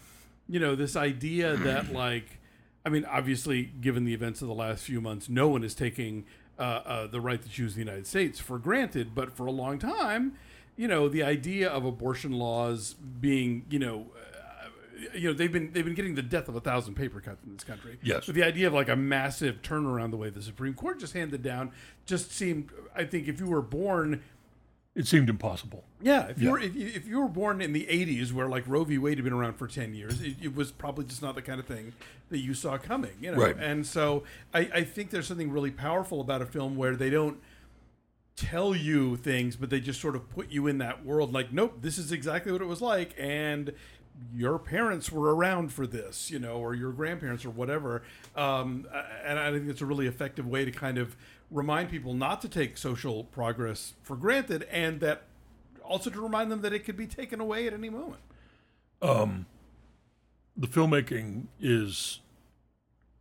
Speaker 2: You know, this idea that, like, I mean, obviously, given the events of the last few months, no one is taking uh, uh, the right to choose the United States for granted. But for a long time, you know, the idea of abortion laws being, you know, uh, you know, they've been they've been getting the death of a thousand paper cuts in this country.
Speaker 1: Yes.
Speaker 2: But the idea of like a massive turnaround, the way the Supreme Court just handed down, just seemed. I think if you were born
Speaker 1: It seemed impossible.
Speaker 2: yeah, if you
Speaker 1: Yeah.
Speaker 2: were if you, if you were born in the '80s, where like Roe v. Wade had been around for ten years, it, it was probably just not the kind of thing that you saw coming, you know.
Speaker 1: Right.
Speaker 2: And so I, I think there's something really powerful about a film where they don't tell you things, but they just sort of put you in that world. Like, nope, this is exactly what it was like, and your parents were around for this, you know, or your grandparents or whatever. Um, uh, and I think it's a really effective way to kind of remind people not to take social progress for granted, and that also to remind them that it could be taken away at any moment.
Speaker 1: the filmmaking is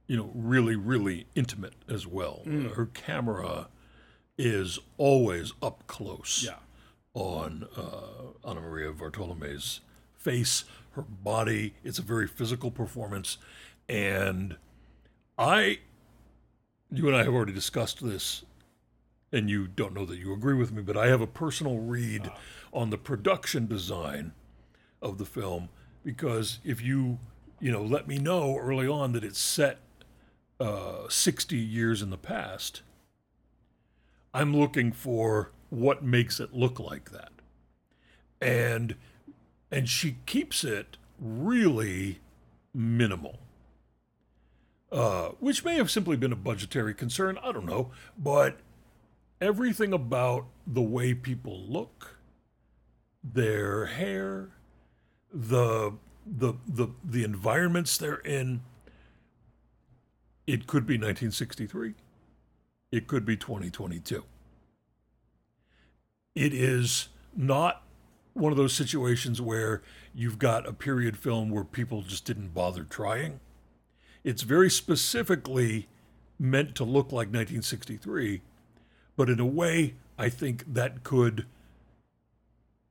Speaker 1: you know really really intimate as well her camera is always up close on uh, Anna Maria Bartolome's face, her body. It's a very physical performance, and I, you and I have already discussed this, and you don't know that you agree with me, but I have a personal read on the production design of the film because if you you know let me know early on that it's set uh, 60 years in the past I'm looking for what makes it look like that. And and she keeps it really minimal. Uh, which may have simply been a budgetary concern, I don't know, but everything about the way people look, their hair, the the the the environments they're in, it could be 1963 it could be 2022. It is not one of those situations where you've got a period film where people just didn't bother trying. It's very specifically meant to look like 1963, but in a way, I think that could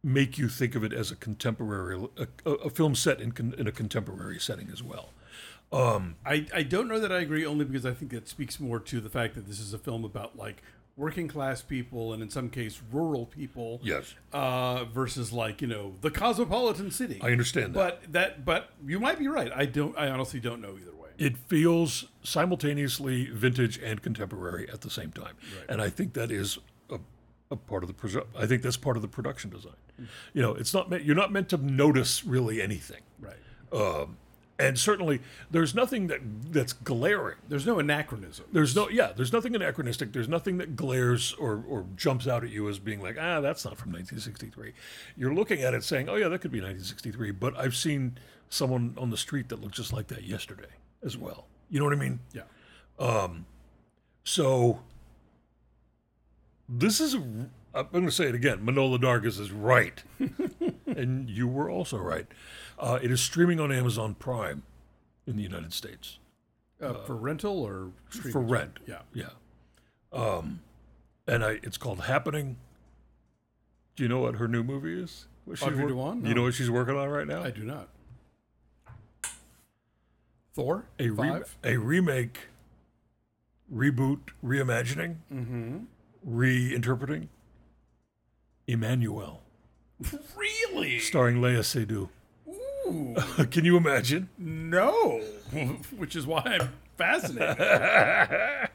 Speaker 1: make you think of it as a contemporary, a, a film set in, con- in a contemporary setting as well.
Speaker 2: I, I don't know that I agree only because I think that speaks more to the fact that this is a film about like working class people and in some case rural people.
Speaker 1: Yes.
Speaker 2: Uh, versus like you know the cosmopolitan city.
Speaker 1: I understand that.
Speaker 2: But that but you might be right. I don't. I honestly don't know either way.
Speaker 1: it feels simultaneously vintage and contemporary at the same time and i think that is a, a part of the produ- i think that's part of the production design you know it's not meant you're not meant to notice really anything
Speaker 2: Right.
Speaker 1: and certainly there's nothing that that's glaring
Speaker 2: There's no anachronism.
Speaker 1: there's no yeah there's nothing anachronistic there's nothing that glares or or jumps out at you as being like ah that's not from 1963 you're looking at it saying oh yeah that could be 1963 but i've seen someone on the street that looked just like that yesterday as well you know what i mean
Speaker 2: Yeah.
Speaker 1: So this is, I'm going to say it again. Manola Dargis is right. and you were also right. Uh, it is streaming on Amazon Prime in the United States
Speaker 2: Uh, for rental or streaming?
Speaker 1: for rent.
Speaker 2: yeah.
Speaker 1: Yeah. Um, and I, it's called Happening. Do you know what her new movie is? What she's
Speaker 2: Audrey
Speaker 1: work-
Speaker 2: Duan?
Speaker 1: You
Speaker 2: No.
Speaker 1: know what she's working on right now?
Speaker 2: I do not. Thor
Speaker 1: a, re-
Speaker 2: five.
Speaker 1: a remake, reboot, reimagining,
Speaker 2: Mm-hmm.
Speaker 1: reinterpreting. Emmanuel,
Speaker 2: Really?
Speaker 1: starring Leia Seydoux.
Speaker 2: Ooh,
Speaker 1: Can you imagine?
Speaker 2: no. Which is why I'm fascinated. huh.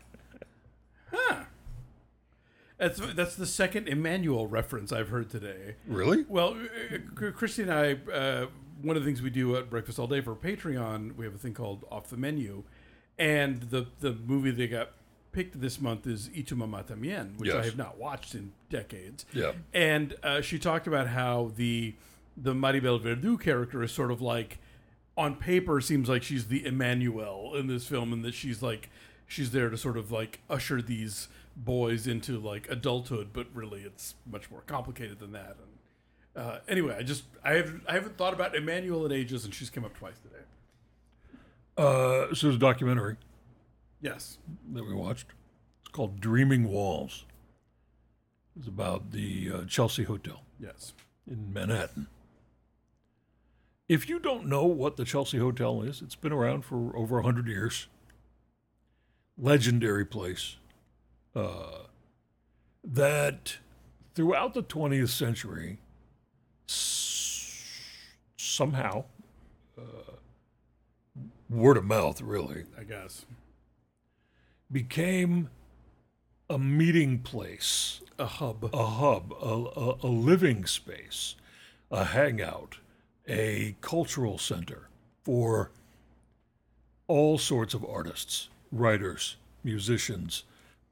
Speaker 2: That's that's the second Emmanuel reference I've heard today.
Speaker 1: Really?
Speaker 2: Well, uh, Christy and I, uh, one of the things we do at Breakfast All Day for Patreon, we have a thing called Off the Menu, and the the movie that got picked this month is Ichima Matamien, which I
Speaker 1: Yes.
Speaker 2: have not watched in decades.
Speaker 1: Yeah.
Speaker 2: and uh, she talked about how the the Maribel Verdú character is sort of like on paper seems like she's the Emmanuel in this film, and that she's like she's there to sort of like usher these boys into like adulthood, but really it's much more complicated than that. And uh, anyway, I just I have I haven't thought about Emmanuel in ages, and she's come up twice today.
Speaker 1: Uh, so there's a documentary
Speaker 2: Yes,
Speaker 1: that we watched. It's called Dreaming Walls. It's about the uh, Chelsea Hotel
Speaker 2: yes.
Speaker 1: in Manhattan. If you don't know what the Chelsea Hotel is, it's been around for over 100 years. Legendary place. Uh, that throughout the 20th century, s- somehow, uh, word of mouth, really,
Speaker 2: I guess
Speaker 1: became a meeting place
Speaker 2: a hub.
Speaker 1: a hub, a, a, a living space, a hangout, a cultural center for all sorts of artists, writers, musicians,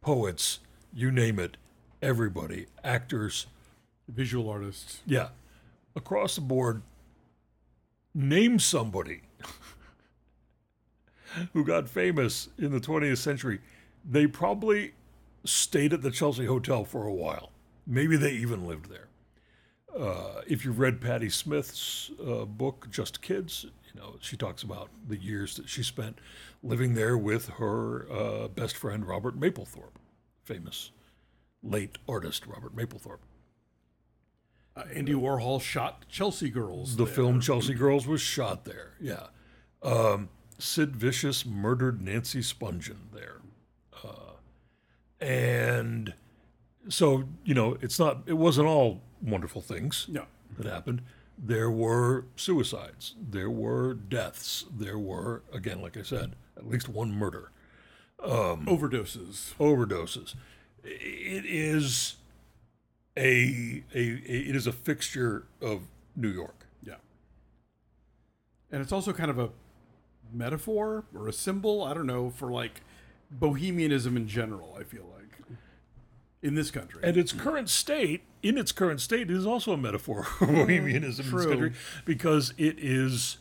Speaker 1: poets, you name it, everybody, actors,
Speaker 2: Visual artists.
Speaker 1: yeah. Across the board, name somebody who got famous in the 20th century. They probably stayed at the Chelsea Hotel for a while. Maybe they even lived there. uh, if you've read Patty Smith's uh, book Just Kids, you know she talks about the years that she spent living there with her uh, best friend Robert Mapplethorpe, famous late artist Robert Mapplethorpe.
Speaker 2: Uh, Andy Warhol shot Chelsea Girls.
Speaker 1: The
Speaker 2: there.
Speaker 1: film Chelsea Girls was shot there. Yeah. Um, Sid Vicious murdered Nancy Spungen there. Uh, and so, you know, it's not, it wasn't all wonderful things
Speaker 2: No.
Speaker 1: that happened. There were suicides, there were deaths, there were, again, like I said, at least one murder,
Speaker 2: Overdoses.
Speaker 1: overdoses. It is a, a, a it is a fixture of New York.
Speaker 2: Yeah. And it's also kind of a metaphor or a symbol, I don't know, for like bohemianism in general, I feel like. In this country.
Speaker 1: And its current state, in its current state, is also a metaphor for bohemianism in this
Speaker 2: Mm, True.
Speaker 1: country because it is,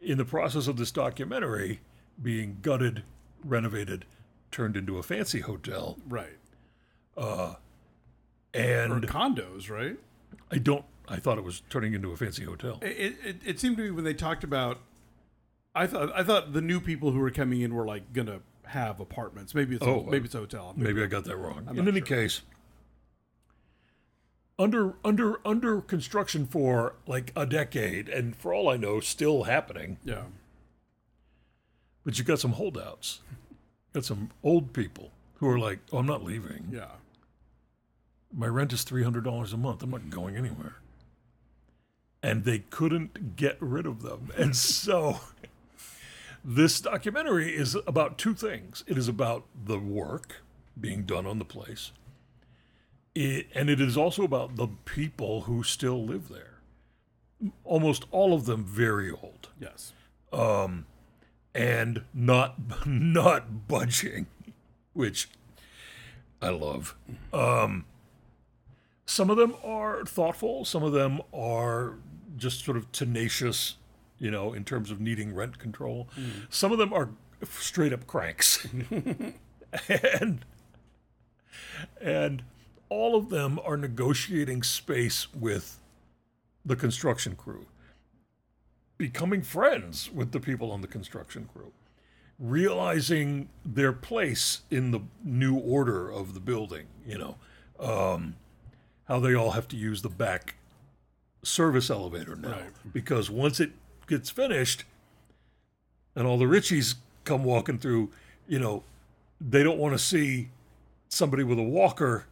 Speaker 1: in the process of this documentary, being gutted, renovated, turned into a fancy hotel.
Speaker 2: right. Or
Speaker 1: And
Speaker 2: condos, right?
Speaker 1: I don't, I thought it was turning into a fancy hotel.
Speaker 2: It, it, it seemed to me when they talked about I thought I thought the new people who were coming in were like gonna have apartments. Maybe it's
Speaker 1: Oh,
Speaker 2: a, maybe it's a hotel.
Speaker 1: Maybe I got that wrong. in
Speaker 2: not
Speaker 1: any
Speaker 2: sure.
Speaker 1: case, under under under construction for like a decade, and for all I know, still happening.
Speaker 2: Yeah.
Speaker 1: But you got some holdouts. Got some old people who are like, "Oh, I'm not leaving.
Speaker 2: Yeah.
Speaker 1: My rent is three hundred dollars a month. I'm not going anywhere." And they couldn't get rid of them, and so this documentary is about two things. It is about the work being done on the place, it, and it is also about the people who still live there. Almost all of them very old
Speaker 2: Yes.
Speaker 1: and not not budging, which I love. Um, some of them are thoughtful. Some of them are just sort of tenacious, you know, in terms of needing rent control. Some of them are straight up cranks, and and all of them are negotiating space with the construction crew becoming friends with the people on the construction crew, realizing their place in the new order of the building, you know, um, how they all have to use the back service elevator now.
Speaker 2: Right.
Speaker 1: Because once it gets finished and all the Richies come walking through, you know, they don't want to see somebody with a walker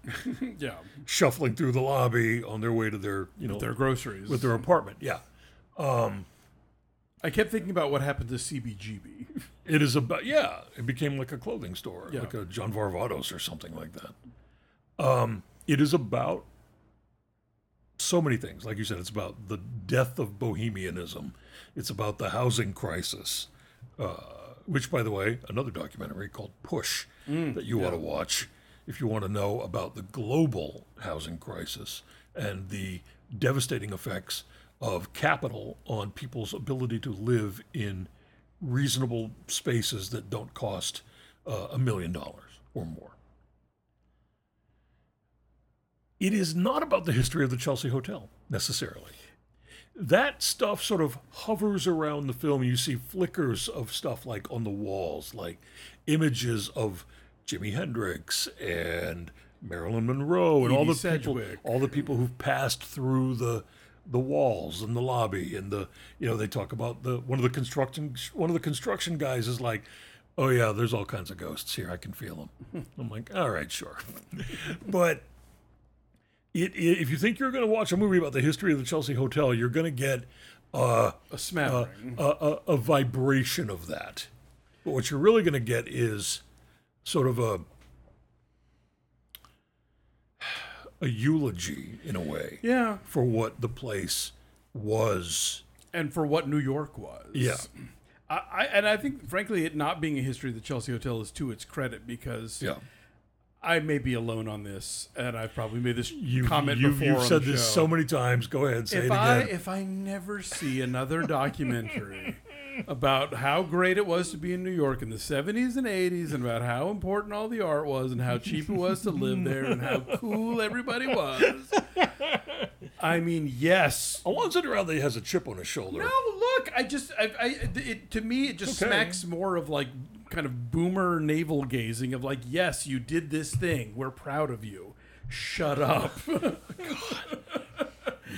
Speaker 2: Yeah.
Speaker 1: shuffling through the lobby on their way to their, you know,
Speaker 2: Their groceries.
Speaker 1: with their apartment. Yeah.
Speaker 2: I kept thinking about what happened to CBGB.
Speaker 1: It is about yeah. It became like a clothing store,
Speaker 2: Yeah.
Speaker 1: like a John Varvatos or something like that. Um, it is about so many things. Like you said, it's about the death of bohemianism. It's about the housing crisis, uh, which, by the way, another documentary called Push that you ought to watch if you want to know about the global housing crisis and the devastating effects of capital on people's ability to live in reasonable spaces that don't cost uh, a million dollars or more. It is not about the history of the Chelsea Hotel necessarily. That stuff sort of hovers around the film. You see flickers of stuff like on the walls, like images of Jimi Hendrix and Marilyn Monroe and all
Speaker 2: Edie
Speaker 1: the people,
Speaker 2: Sedgwick.
Speaker 1: all the people who've passed through the the walls and the lobby and the you know they talk about the one of the construction one of the construction guys is like oh yeah there's all kinds of ghosts here i can feel them i'm like all right sure but it, i if you think you're going to watch a movie about the history of the Chelsea Hotel, you're going to get uh,
Speaker 2: A smattering.
Speaker 1: a, a, a vibration of that. But what you're really going to get is sort of a a eulogy in a way
Speaker 2: yeah.
Speaker 1: for what the place was.
Speaker 2: And for what New York was.
Speaker 1: Yeah.
Speaker 2: I, I and I think frankly it not being a history of the Chelsea Hotel is to its credit because
Speaker 1: Yeah.
Speaker 2: I may be alone on this and I've probably made this
Speaker 1: You,
Speaker 2: comment
Speaker 1: you,
Speaker 2: before.
Speaker 1: You've
Speaker 2: on
Speaker 1: said
Speaker 2: the
Speaker 1: this
Speaker 2: show.
Speaker 1: so many times. Go ahead, say
Speaker 2: if
Speaker 1: it
Speaker 2: I
Speaker 1: again.
Speaker 2: if I never see another documentary about how great it was to be in New York in the 70s and 80s and about how important all the art was and how cheap it was to live there and how cool everybody was I mean, yes.
Speaker 1: Alonzo Duralde has a chip on his shoulder.
Speaker 2: No, look, I just, I, I it, to me, it just
Speaker 1: Okay.
Speaker 2: smacks more of like kind of boomer navel gazing of like, yes, you did this thing. We're proud of you. Shut up.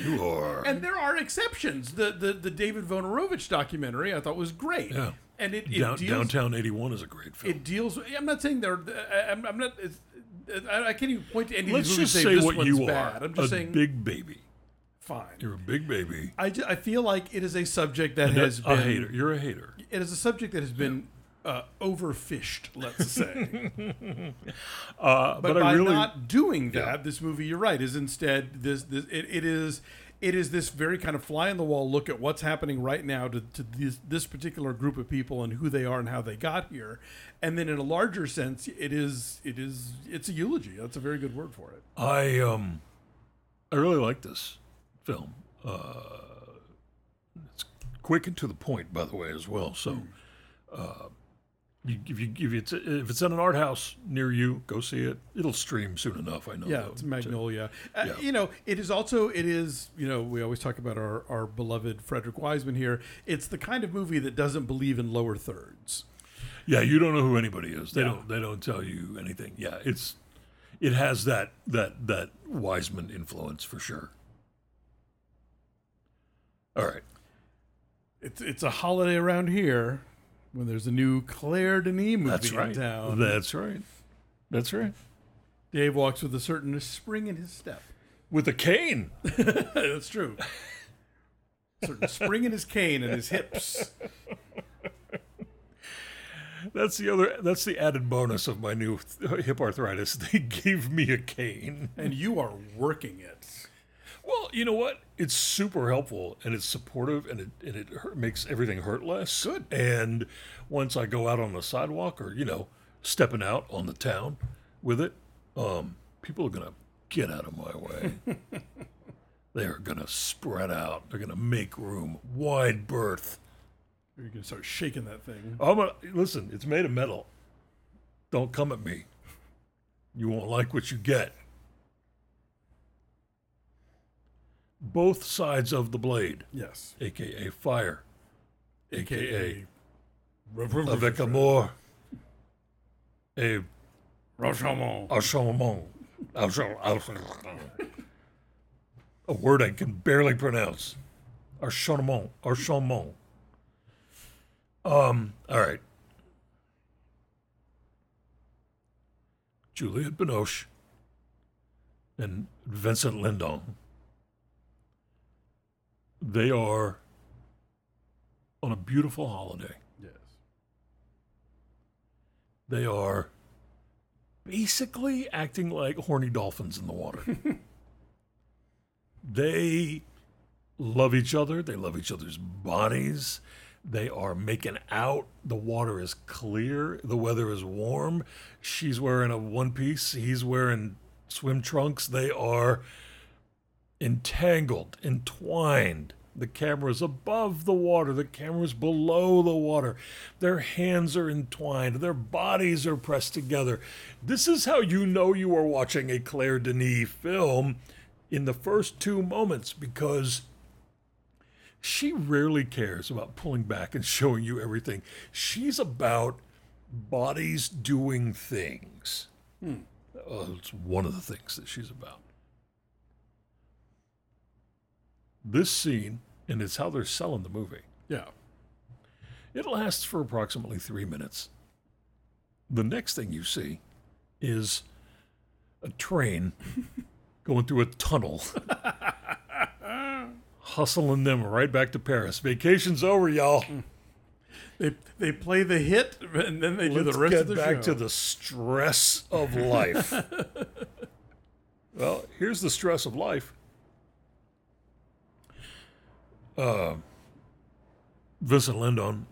Speaker 1: You are.
Speaker 2: and there are exceptions. The the the David Vonarovich documentary I thought was great.
Speaker 1: Yeah.
Speaker 2: And it, it
Speaker 1: Down,
Speaker 2: deals
Speaker 1: Downtown 81 is a great film.
Speaker 2: it deals. I'm not saying they're. I- I'm, I'm not. It's, I, I can't even point to any.
Speaker 1: Let's
Speaker 2: of these movies
Speaker 1: just
Speaker 2: and
Speaker 1: say
Speaker 2: this
Speaker 1: what
Speaker 2: one's
Speaker 1: you
Speaker 2: bad.
Speaker 1: are.
Speaker 2: I'm just
Speaker 1: a
Speaker 2: saying
Speaker 1: big baby.
Speaker 2: fine.
Speaker 1: You're a big baby.
Speaker 2: I, ju- I feel like it is a subject that has
Speaker 1: a
Speaker 2: been.
Speaker 1: hater. You're a hater.
Speaker 2: It is a subject that has been uh, overfished. Let's say.
Speaker 1: Uh,
Speaker 2: but,
Speaker 1: but
Speaker 2: by
Speaker 1: I really
Speaker 2: not doing that, this movie, you're right, is instead this this it, it is it is this very kind of fly on the wall look at what's happening right now to, to this, this particular group of people and who they are and how they got here, and then in a larger sense, it is it is it's a eulogy. That's a very good word for it.
Speaker 1: I um I really like this film. Uh it's quick and to the point by the way as well. So
Speaker 2: Hmm.
Speaker 1: uh you, if you if it's if it's in an art house near you, go see it. It'll stream soon enough, I know.
Speaker 2: Yeah,
Speaker 1: though.
Speaker 2: it's Magnolia. Uh,
Speaker 1: Oh, yeah.
Speaker 2: You know, it is also it is you know we always talk about our our beloved Frederick Wiseman here. It's the kind of movie that doesn't believe in lower thirds.
Speaker 1: Yeah, you don't know who anybody is. They don't they don't tell you anything. Yeah, it's it has that that that Wiseman influence for sure. All right.
Speaker 2: It's it's a holiday around here when there's a new Claire Denis movie
Speaker 1: That's
Speaker 2: in
Speaker 1: right.
Speaker 2: town.
Speaker 1: That's right. That's right.
Speaker 2: Dave walks with a certain spring in his step.
Speaker 1: With a cane.
Speaker 2: That's true. certain spring in his cane and his hips.
Speaker 1: That's the other. That's the added bonus of my new th- hip arthritis. They gave me a cane.
Speaker 2: And you are working it.
Speaker 1: Well, you know what? It's super helpful and it's supportive and it and it hurt, makes everything hurt less.
Speaker 2: Good.
Speaker 1: And once I go out on the sidewalk or you know stepping out on the town with it, um, people are gonna get out of my way. they are gonna spread out. They're gonna make room, wide berth.
Speaker 2: You're gonna start shaking that thing.
Speaker 1: I'm gonna listen. It's made of metal. Don't come at me. You won't like what you get. Both sides of the blade,
Speaker 2: Yes.
Speaker 1: aka fire, aka a
Speaker 2: AKA
Speaker 1: Vecamore, a
Speaker 2: Rashomon.
Speaker 1: Acharnement, a word I can barely pronounce. Acharnement, Acharnement. Um, all right. Juliette Binoche and Vincent Lindon. They are on a beautiful holiday.
Speaker 2: Yes.
Speaker 1: They are basically acting like horny dolphins in the water. they love each other, they love each other's bodies. They are making out. The water is clear. The weather is warm. She's wearing a one piece. He's wearing swim trunks. They are entangled, entwined. The camera's above the water, the camera's below the water. Their hands are entwined, their bodies are pressed together. This is how you know you are watching a Claire Denis film in the first two moments because she rarely cares about pulling back and showing you everything. She's about bodies doing things. Oh, it's one of the things that she's about this scene, and it's how they're selling the movie.
Speaker 2: Yeah.
Speaker 1: It lasts for approximately three minutes. The next thing you see is a train going through a tunnel, hustling them right back to Paris. Vacation's over, y'all.
Speaker 2: They they play the hit and then they do
Speaker 1: Let's
Speaker 2: the rest
Speaker 1: get
Speaker 2: of the
Speaker 1: back
Speaker 2: show.
Speaker 1: to the stress of life. well, here's the stress of life. Uh, Vincent Lindon.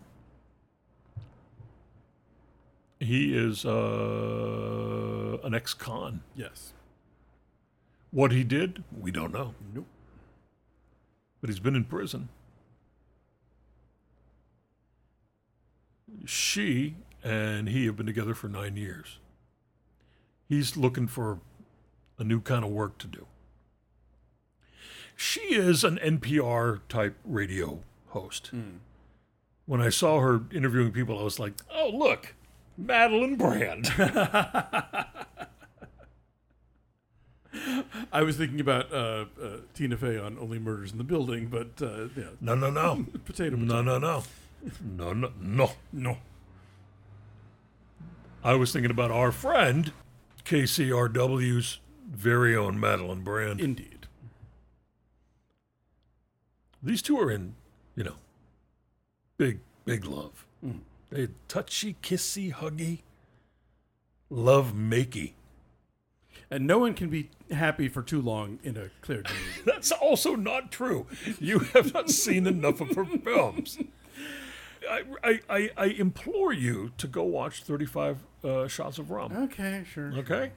Speaker 1: He is uh, an ex-con.
Speaker 2: yes.
Speaker 1: What he did, we don't know.
Speaker 2: Nope.
Speaker 1: But he's been in prison. She and he have been together for nine years. He's looking for a new kind of work to do. she is an NPR type radio host. When I saw her interviewing people, I was like, oh, look, Madeline Brand.
Speaker 2: I was thinking about uh, uh, Tina Fey on Only Murders in the Building, but uh, yeah,
Speaker 1: no, no, no.
Speaker 2: potato.
Speaker 1: No, no, no. No, no, no, no. I was thinking about our friend, KCRW's very own Madeline Brand.
Speaker 2: Indeed.
Speaker 1: These two are in, you know, big, big love. They touchy, kissy, huggy, love makey.
Speaker 2: And no one can be happy for too long in a clear day.
Speaker 1: That's also not true. You have not seen enough of her films. I, I, I, I implore you to go watch 35 uh, Shots of Rum.
Speaker 2: okay, sure.
Speaker 1: Okay?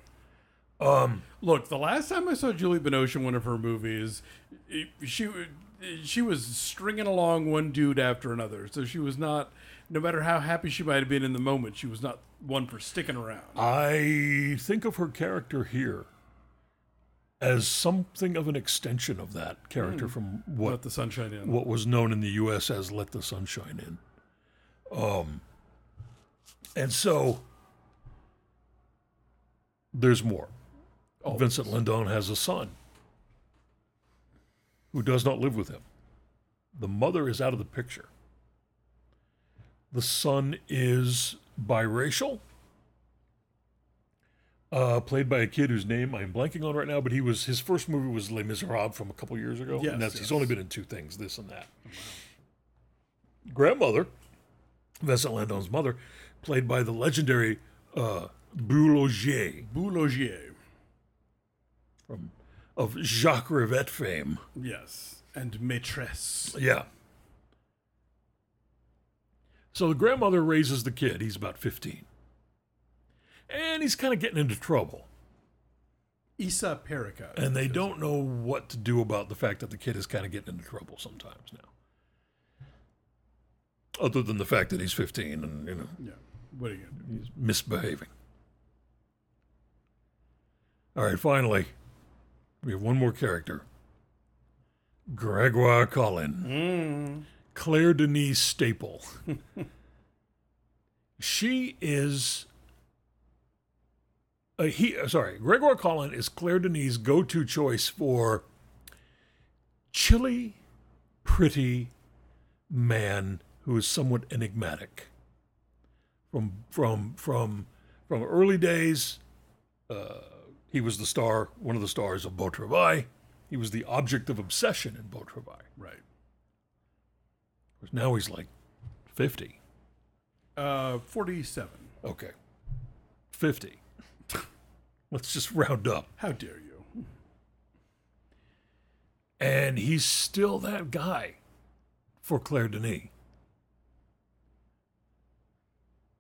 Speaker 2: Look, the last time I saw Julie Binoche in one of her movies, it- she she was stringing along one dude after another. So she was not, no matter how happy she might have been in the moment, she was not one for sticking around.
Speaker 1: I think of her character here as something of an extension of that character from what
Speaker 2: Let the sunshine in.
Speaker 1: what was known in the U.S. as "Let the Sunshine In." Um, and so there's more. Vincent Lindon has a son who does not live with him. The mother is out of the picture. The son is biracial, uh, played by a kid whose name I'm blanking on right now, but he was his first movie was Les Miserables from a couple years ago,
Speaker 2: Yes,
Speaker 1: and that's
Speaker 2: yes.
Speaker 1: he's only been in two things, this and that. Grandmother, Vincent Landon's mother, played by the legendary uh, Boulanger
Speaker 2: Boulogier.
Speaker 1: of Jacques Rivette fame.
Speaker 2: Yes. And Maitresse.
Speaker 1: Yeah. So the grandmother raises the kid. He's about 15. And he's kind of getting into trouble.
Speaker 2: Issa Perica.
Speaker 1: And they don't know what to do about the fact that the kid is kind of getting into trouble sometimes now. Other than the fact that he's 15 and, you know,
Speaker 2: Yeah. What are you going to do?
Speaker 1: He's misbehaving. All right, finally, we have one more character Gregoire Collin. Claire Denise Staple. she is. Uh, he uh, sorry, Gregoire Collin is Claire Denis' go-to choice for chilly, pretty man who is somewhat enigmatic from from from from early days. Uh, he was the star, one of the stars of Beau Travail. He was the object of obsession in Beau Travail.
Speaker 2: Right.
Speaker 1: Whereas Now he's like fifty.
Speaker 2: Uh, 47.
Speaker 1: Okay, fifty. Let's just round up.
Speaker 2: How dare you?
Speaker 1: And he's still that guy for Claire Denis.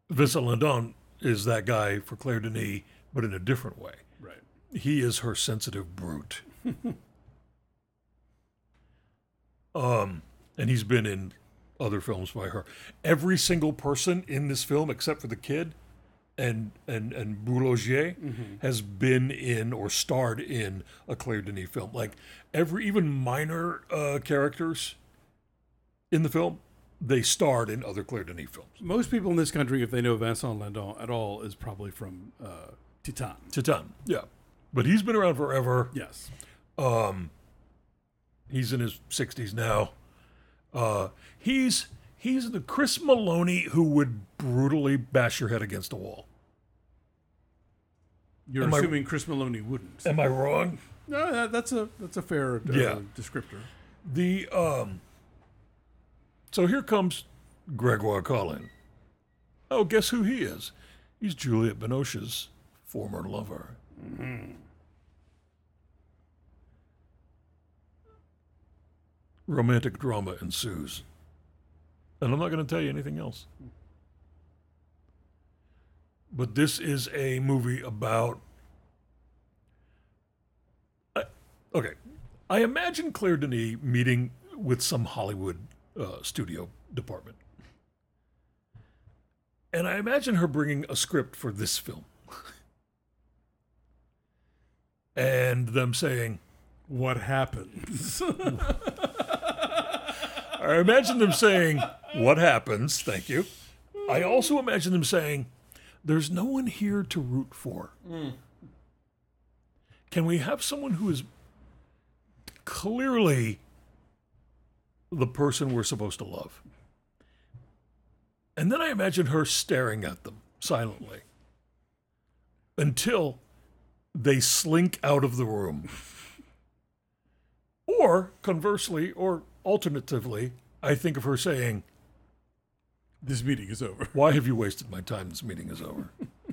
Speaker 1: Vincent Landon is that guy for Claire Denis, but in a different way.
Speaker 2: Right.
Speaker 1: he is her sensitive brute. um, and he's been in other films by her. Every single person in this film, except for the kid and and and Boulanger, has been in or starred in a Claire Denis film. Like every even minor uh, characters in the film, they starred in other Claire Denis films.
Speaker 2: Most people in this country, if they know Vincent Landon at all, is probably from uh, Titan.
Speaker 1: Titan, yeah, but he's been around forever.
Speaker 2: Yes.
Speaker 1: Um, He's in his 60s now. Uh, he's he's the Chris Maloney who would brutally bash your head against a wall.
Speaker 2: You're
Speaker 1: Am I-
Speaker 2: assuming Chris Maloney wouldn't.
Speaker 1: Am I wrong?
Speaker 2: No, that, that's a that's a fair uh,
Speaker 1: Yeah.
Speaker 2: descriptor.
Speaker 1: The um. So here comes Gregoire Collin. Oh, guess who he is? He's Juliet Binoche's former lover. Mm-hmm. Romantic drama ensues. And I'm not going to tell you anything else. But this is a movie about. I- okay. I imagine Claire Denis meeting with some Hollywood uh, studio department. And I imagine her bringing a script for this film. and them saying,
Speaker 2: what happens?
Speaker 1: I imagine them saying, What happens? Thank you. I also imagine them saying, There's no one here to root for. Can we have someone who is clearly the person we're supposed to love? And then I imagine her staring at them silently until they slink out of the room. Or conversely, or alternatively, I think of her saying,
Speaker 2: this meeting is over.
Speaker 1: Why have you wasted my time? This meeting is over.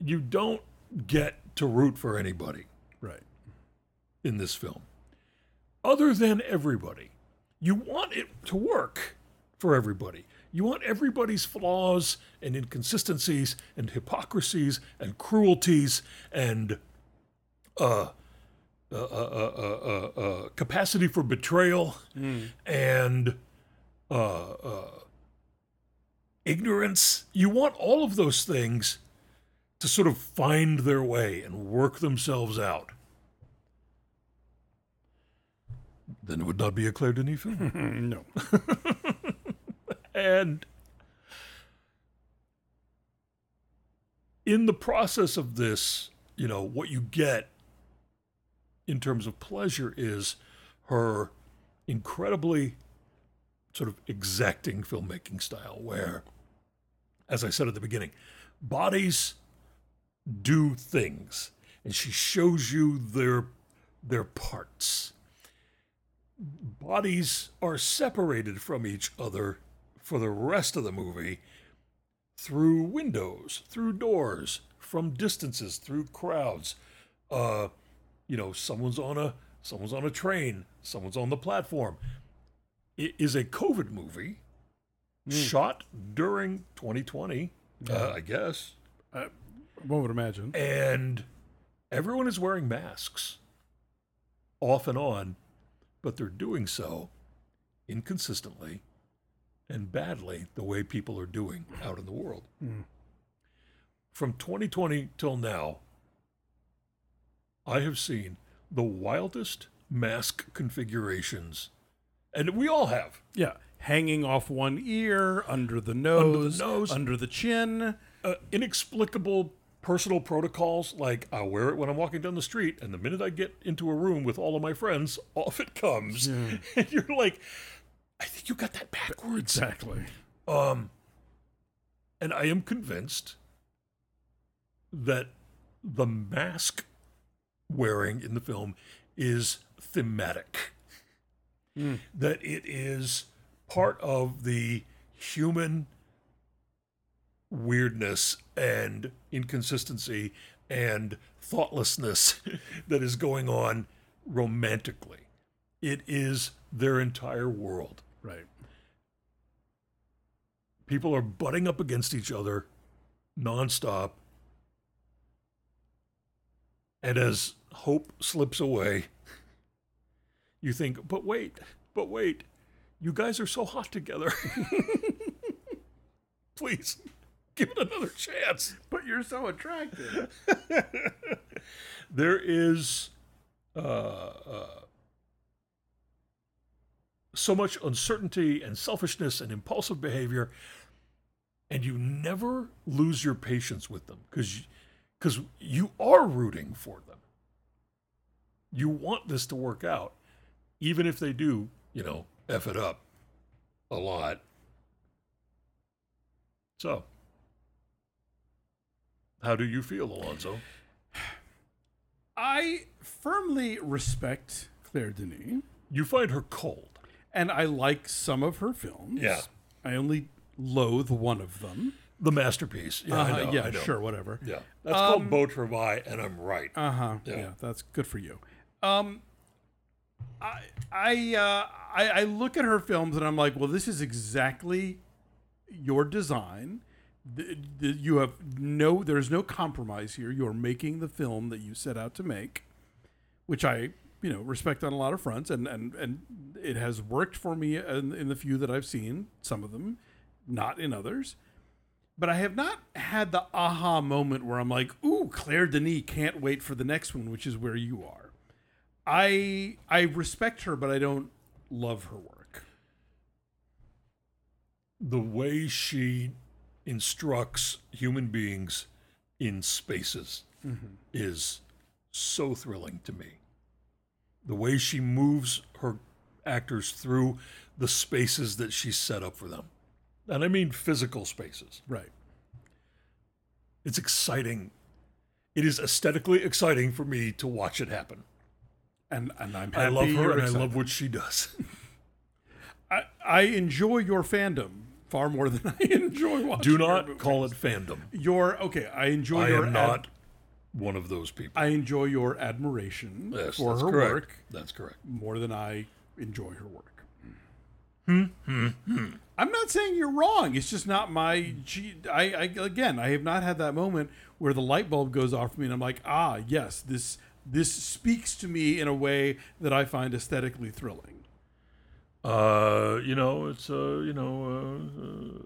Speaker 1: you don't get to root for anybody
Speaker 2: Right.
Speaker 1: in this film, other than everybody. You want it to work for everybody. You want everybody's flaws and inconsistencies and hypocrisies and cruelties and uh, uh, uh, uh, uh, uh, capacity for betrayal and uh, uh, ignorance. You want all of those things to sort of find their way and work themselves out. Then it would not be a Claire Denis film.
Speaker 2: No.
Speaker 1: and in the process of this, you know, what you get in terms of pleasure is her incredibly sort of exacting filmmaking style, where, as I said at the beginning, bodies do things, and she shows you their their parts bodies are separated from each other for the rest of the movie through windows, through doors, from distances, through crowds. Uh, you know, someone's on a someone's on a train, someone's on the platform. It is a COVID movie
Speaker 2: Hmm.
Speaker 1: shot during 2020, uh, I guess,
Speaker 2: I, one would imagine.
Speaker 1: and everyone is wearing masks off and on, but they're doing so inconsistently and badly the way people are doing out in the world. From 2020 till now, I have seen the wildest mask configurations, and we all have.
Speaker 2: Yeah. Hanging off one ear, under the nose,
Speaker 1: nose.
Speaker 2: under the chin.
Speaker 1: uh, inexplicable personal protocols like I wear it when I'm walking down the street, and the minute I get into a room with all of my friends, off it comes. And you're like, I think you got that backwards.
Speaker 2: Exactly.
Speaker 1: Um, and I am convinced that the mask wearing in the film is thematic. That it is part of the human weirdness and inconsistency and thoughtlessness that is going on romantically. It is their entire world
Speaker 2: Right.
Speaker 1: people are butting up against each other nonstop. And as hope slips away, you think, but wait, but wait, you guys are so hot together. Please give it another chance.
Speaker 2: But you're so attractive.
Speaker 1: There is uh, uh, so much uncertainty and selfishness and impulsive behavior, and you never lose your patience with them because because you are rooting for them. You want this to work out, even if they do, you know, f it up a lot. So, how do you feel, Alonzo?
Speaker 2: I firmly respect Claire Denis,
Speaker 1: You find her cold.
Speaker 2: and I like some of her films.
Speaker 1: Yeah.
Speaker 2: I only loathe one of them.
Speaker 1: The masterpiece. Yeah, I
Speaker 2: Uh,
Speaker 1: know,
Speaker 2: yeah,
Speaker 1: I know.
Speaker 2: sure, Um, whatever.
Speaker 1: Yeah, that's called Beau Travail, and I'm right.
Speaker 2: Uh huh. Yeah. that's good for you. Um, I I, uh, I I look at her films and I'm like, well, this is exactly your design. Th- th- You have no, there's no compromise here. You're making the film that you set out to make, which I you know respect on a lot of fronts, and and and it has worked for me in, in the few that I've seen. Some of them, not in others. but I have not had the aha moment where I'm like, "Ooh, Claire Denis can't wait for the next one," which is where you are. I I respect her, but I don't love her work.
Speaker 1: the way she instructs human beings in spaces
Speaker 2: Mm-hmm.
Speaker 1: is so thrilling to me. The way she moves her actors through the spaces that she's set up for them. And I mean physical spaces.
Speaker 2: Right.
Speaker 1: It's exciting. It is aesthetically exciting for me to watch it happen.
Speaker 2: And and I'm
Speaker 1: I
Speaker 2: happy
Speaker 1: love
Speaker 2: you're
Speaker 1: her and I
Speaker 2: excited.
Speaker 1: love what she does.
Speaker 2: I, I enjoy your fandom far more than I enjoy watching.
Speaker 1: Do
Speaker 2: your
Speaker 1: not
Speaker 2: movies.
Speaker 1: call it fandom.
Speaker 2: your okay. I enjoy
Speaker 1: I
Speaker 2: your
Speaker 1: am
Speaker 2: ad-
Speaker 1: not one of those people.
Speaker 2: I enjoy your admiration
Speaker 1: Yes,
Speaker 2: for
Speaker 1: that's
Speaker 2: her
Speaker 1: correct.
Speaker 2: work
Speaker 1: That's correct.
Speaker 2: more than I enjoy her work.
Speaker 1: Hmm,
Speaker 2: I'm not saying you're wrong. It's just not my. g- I, I again, I have not had that moment where the light bulb goes off for me, and I'm like, ah, yes, this this speaks to me in a way that I find aesthetically thrilling.
Speaker 1: Uh, you know, it's a you know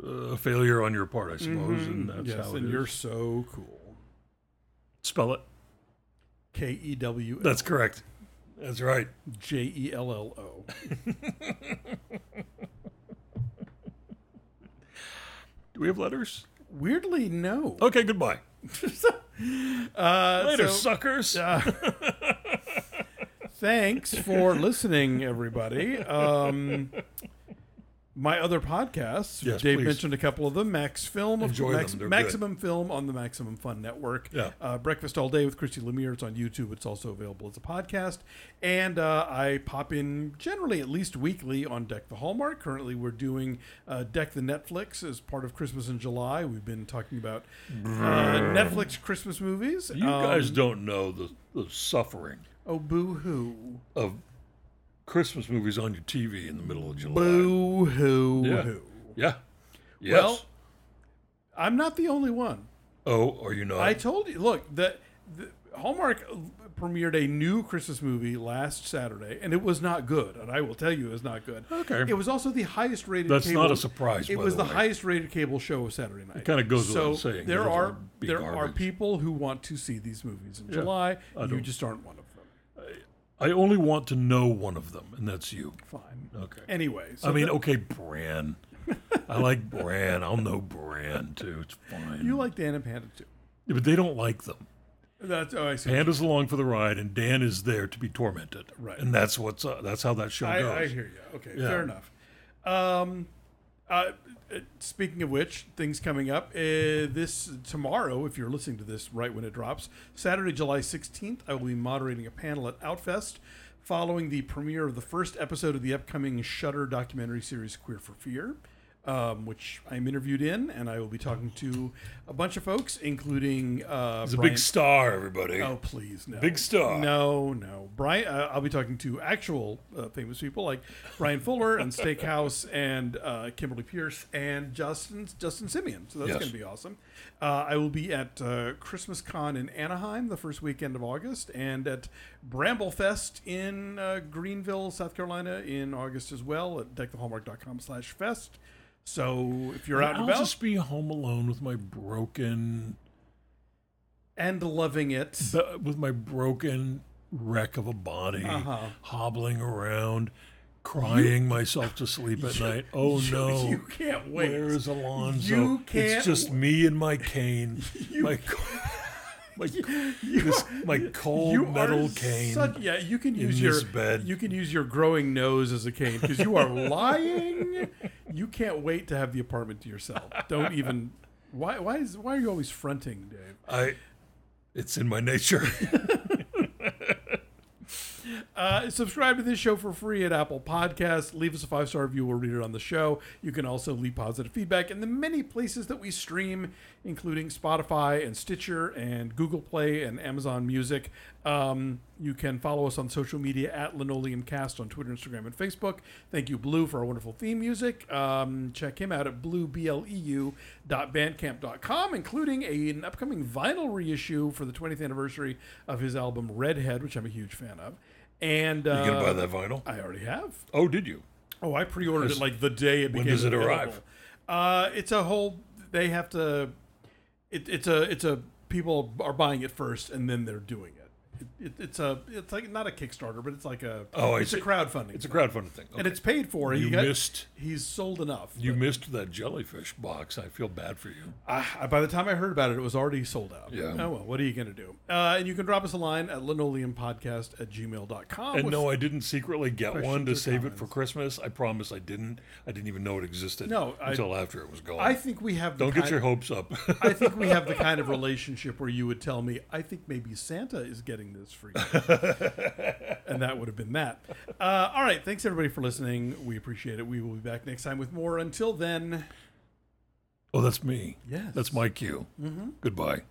Speaker 1: uh, uh, a failure on your part, I suppose, and that's
Speaker 2: Mm-hmm. yes,
Speaker 1: how
Speaker 2: and
Speaker 1: it
Speaker 2: you're
Speaker 1: is.
Speaker 2: so cool.
Speaker 1: Spell it.
Speaker 2: K e w
Speaker 1: That's correct. That's right.
Speaker 2: j e l l o.
Speaker 1: Do we have letters?
Speaker 2: Weirdly, no.
Speaker 1: Okay, goodbye.
Speaker 2: Uh,
Speaker 1: Later,
Speaker 2: so- uh,
Speaker 1: suckers.
Speaker 2: thanks for listening, everybody. Um, my other podcasts,
Speaker 1: Yes,
Speaker 2: Dave
Speaker 1: please.
Speaker 2: mentioned a couple of them. Max Film, of
Speaker 1: Enjoy
Speaker 2: Max,
Speaker 1: them. They're
Speaker 2: Maximum Film on the Maximum Fun Network.
Speaker 1: Yeah.
Speaker 2: Uh, Breakfast All Day with Christy Lemire. It's on YouTube. It's also available as a podcast. And uh, I pop in generally at least weekly on Deck the Hallmark. Currently, we're doing uh, Deck the Netflix as part of Christmas in July. We've been talking about uh, Netflix Christmas movies.
Speaker 1: you
Speaker 2: Um,
Speaker 1: guys don't know the, the suffering
Speaker 2: oh, boo hoo.
Speaker 1: of Christmas movies on your TV in the middle of July.
Speaker 2: Boo hoo
Speaker 1: Yeah.
Speaker 2: hoo.
Speaker 1: Yeah. Yes.
Speaker 2: Well- I'm not the only one.
Speaker 1: oh, are you not?
Speaker 2: I told you. Look, the, the Hallmark uh, premiered a new Christmas movie last Saturday, and it was not good. And I will tell you, it was not good.
Speaker 1: Okay.
Speaker 2: It was also the highest rated.
Speaker 1: That's
Speaker 2: cable-
Speaker 1: not a surprise,
Speaker 2: It
Speaker 1: by
Speaker 2: was
Speaker 1: the
Speaker 2: the,
Speaker 1: way.
Speaker 2: highest rated cable show of Saturday night.
Speaker 1: kinda goes
Speaker 2: so
Speaker 1: without saying,
Speaker 2: There
Speaker 1: those are
Speaker 2: are
Speaker 1: big
Speaker 2: there are
Speaker 1: garbage.
Speaker 2: people who want to see these movies in July. You
Speaker 1: don't-
Speaker 2: just aren't one of them.
Speaker 1: I only want to know one of them, and that's you.
Speaker 2: Fine.
Speaker 1: Okay.
Speaker 2: Anyway, so
Speaker 1: I mean,
Speaker 2: the-
Speaker 1: okay, Bran. I like Bran. I'll know Bran too. It's fine.
Speaker 2: you like Dan and Panda too.
Speaker 1: Yeah, but they don't like them.
Speaker 2: That's oh, I see.
Speaker 1: Panda's along for the ride, and Dan is there to be tormented.
Speaker 2: Right.
Speaker 1: and that's what's uh, that's how that show goes.
Speaker 2: I, I hear you. Okay, fair enough. Um, uh, uh, speaking of which, things coming up uh, this tomorrow. If you're listening to this right when it drops, Saturday, July 16th, I will be moderating a panel at Outfest following the premiere of the first episode of the upcoming Shutter documentary series Queer for Fear. Um, which I'm interviewed in, and I will be talking to a bunch of folks, including uh,
Speaker 1: He's a
Speaker 2: Brian-
Speaker 1: big star, everybody.
Speaker 2: Oh please, no.
Speaker 1: Big star.
Speaker 2: No, no. Brian, uh, I'll be talking to actual uh, famous people like Brian Fuller and Steakhouse and uh, Kimberly Pierce and Justin Justin Simeon. So that's
Speaker 1: Yes.
Speaker 2: going to be awesome. Uh, I will be at uh, Christmas Con in Anaheim the first weekend of August and at Bramblefest in uh, Greenville, South Carolina in August as well at deckthehallmark.com slash fest. So if you're out and
Speaker 1: I'll
Speaker 2: about
Speaker 1: just be home alone with my broken,
Speaker 2: and loving it,
Speaker 1: uh, with my broken wreck of a body,
Speaker 2: Uh-huh.
Speaker 1: hobbling around, crying myself to sleep at night. Oh no!
Speaker 2: you can't wait.
Speaker 1: Where is Alonzo?
Speaker 2: You can't
Speaker 1: It's just me and my cane. my co- my, co- this, my cold
Speaker 2: you
Speaker 1: metal
Speaker 2: are
Speaker 1: cane.
Speaker 2: Such, yeah, you can use
Speaker 1: this
Speaker 2: your
Speaker 1: bed.
Speaker 2: You can use your growing nose as a cane because you are lying. You can't wait to have the apartment to yourself. Don't even. Why? Why is? Why are you always fronting, Dave?
Speaker 1: I. It's in my nature.
Speaker 2: Uh, subscribe to this show for free at Apple Podcasts. Leave us a five star review. We'll read it on the show. You can also leave positive feedback in the many places that we stream, including Spotify and Stitcher and Google Play and Amazon Music. Um, you can follow us on social media at LinoleumCast on Twitter, Instagram, and Facebook. Thank you, Blue, for our wonderful theme music. Um, check him out at E bluebleu.bandcamp.com, including a- an upcoming vinyl reissue for the 20th anniversary of his album Redhead, which I'm a huge fan of. And uh,
Speaker 1: You gonna buy that vinyl?
Speaker 2: I already have.
Speaker 1: Oh, did you?
Speaker 2: Oh, I pre-ordered it like the day it became.
Speaker 1: does it
Speaker 2: available.
Speaker 1: arrive?
Speaker 2: Uh, it's a whole they have to. It, it's a it's a people are buying it first and then they're doing it. it, it it's a it's like not a Kickstarter, but it's like a
Speaker 1: Oh, I
Speaker 2: it's a
Speaker 1: see.
Speaker 2: crowdfunding.
Speaker 1: It's a crowdfunding thing.
Speaker 2: and
Speaker 1: Okay.
Speaker 2: it's paid for. and
Speaker 1: You
Speaker 2: he got-
Speaker 1: missed-
Speaker 2: He's sold enough.
Speaker 1: you missed that jellyfish box. I feel bad for you.
Speaker 2: I, I- by the time I heard about it, it was already sold out.
Speaker 1: Yeah.
Speaker 2: Oh, well, what are you going to do? Uh, and you can drop us a line at linoleumpodcast at gmail.com.
Speaker 1: And
Speaker 2: with-
Speaker 1: no, I didn't secretly get one to
Speaker 2: questions or
Speaker 1: save it for Christmas. I promise I didn't. I didn't even know it existed
Speaker 2: No, I-
Speaker 1: until after it was gone.
Speaker 2: I think we have the
Speaker 1: Don't get
Speaker 2: kind-
Speaker 1: your hopes up.
Speaker 2: I think we have the kind of relationship where you would tell me, I think maybe Santa is getting this for you. and that would have been that. Uh, all right. Thanks, everybody, for listening. We appreciate it. We will be back next time with more. Until then.
Speaker 1: oh, that's me.
Speaker 2: Yes. Mm-hmm.
Speaker 1: That's my cue. Goodbye.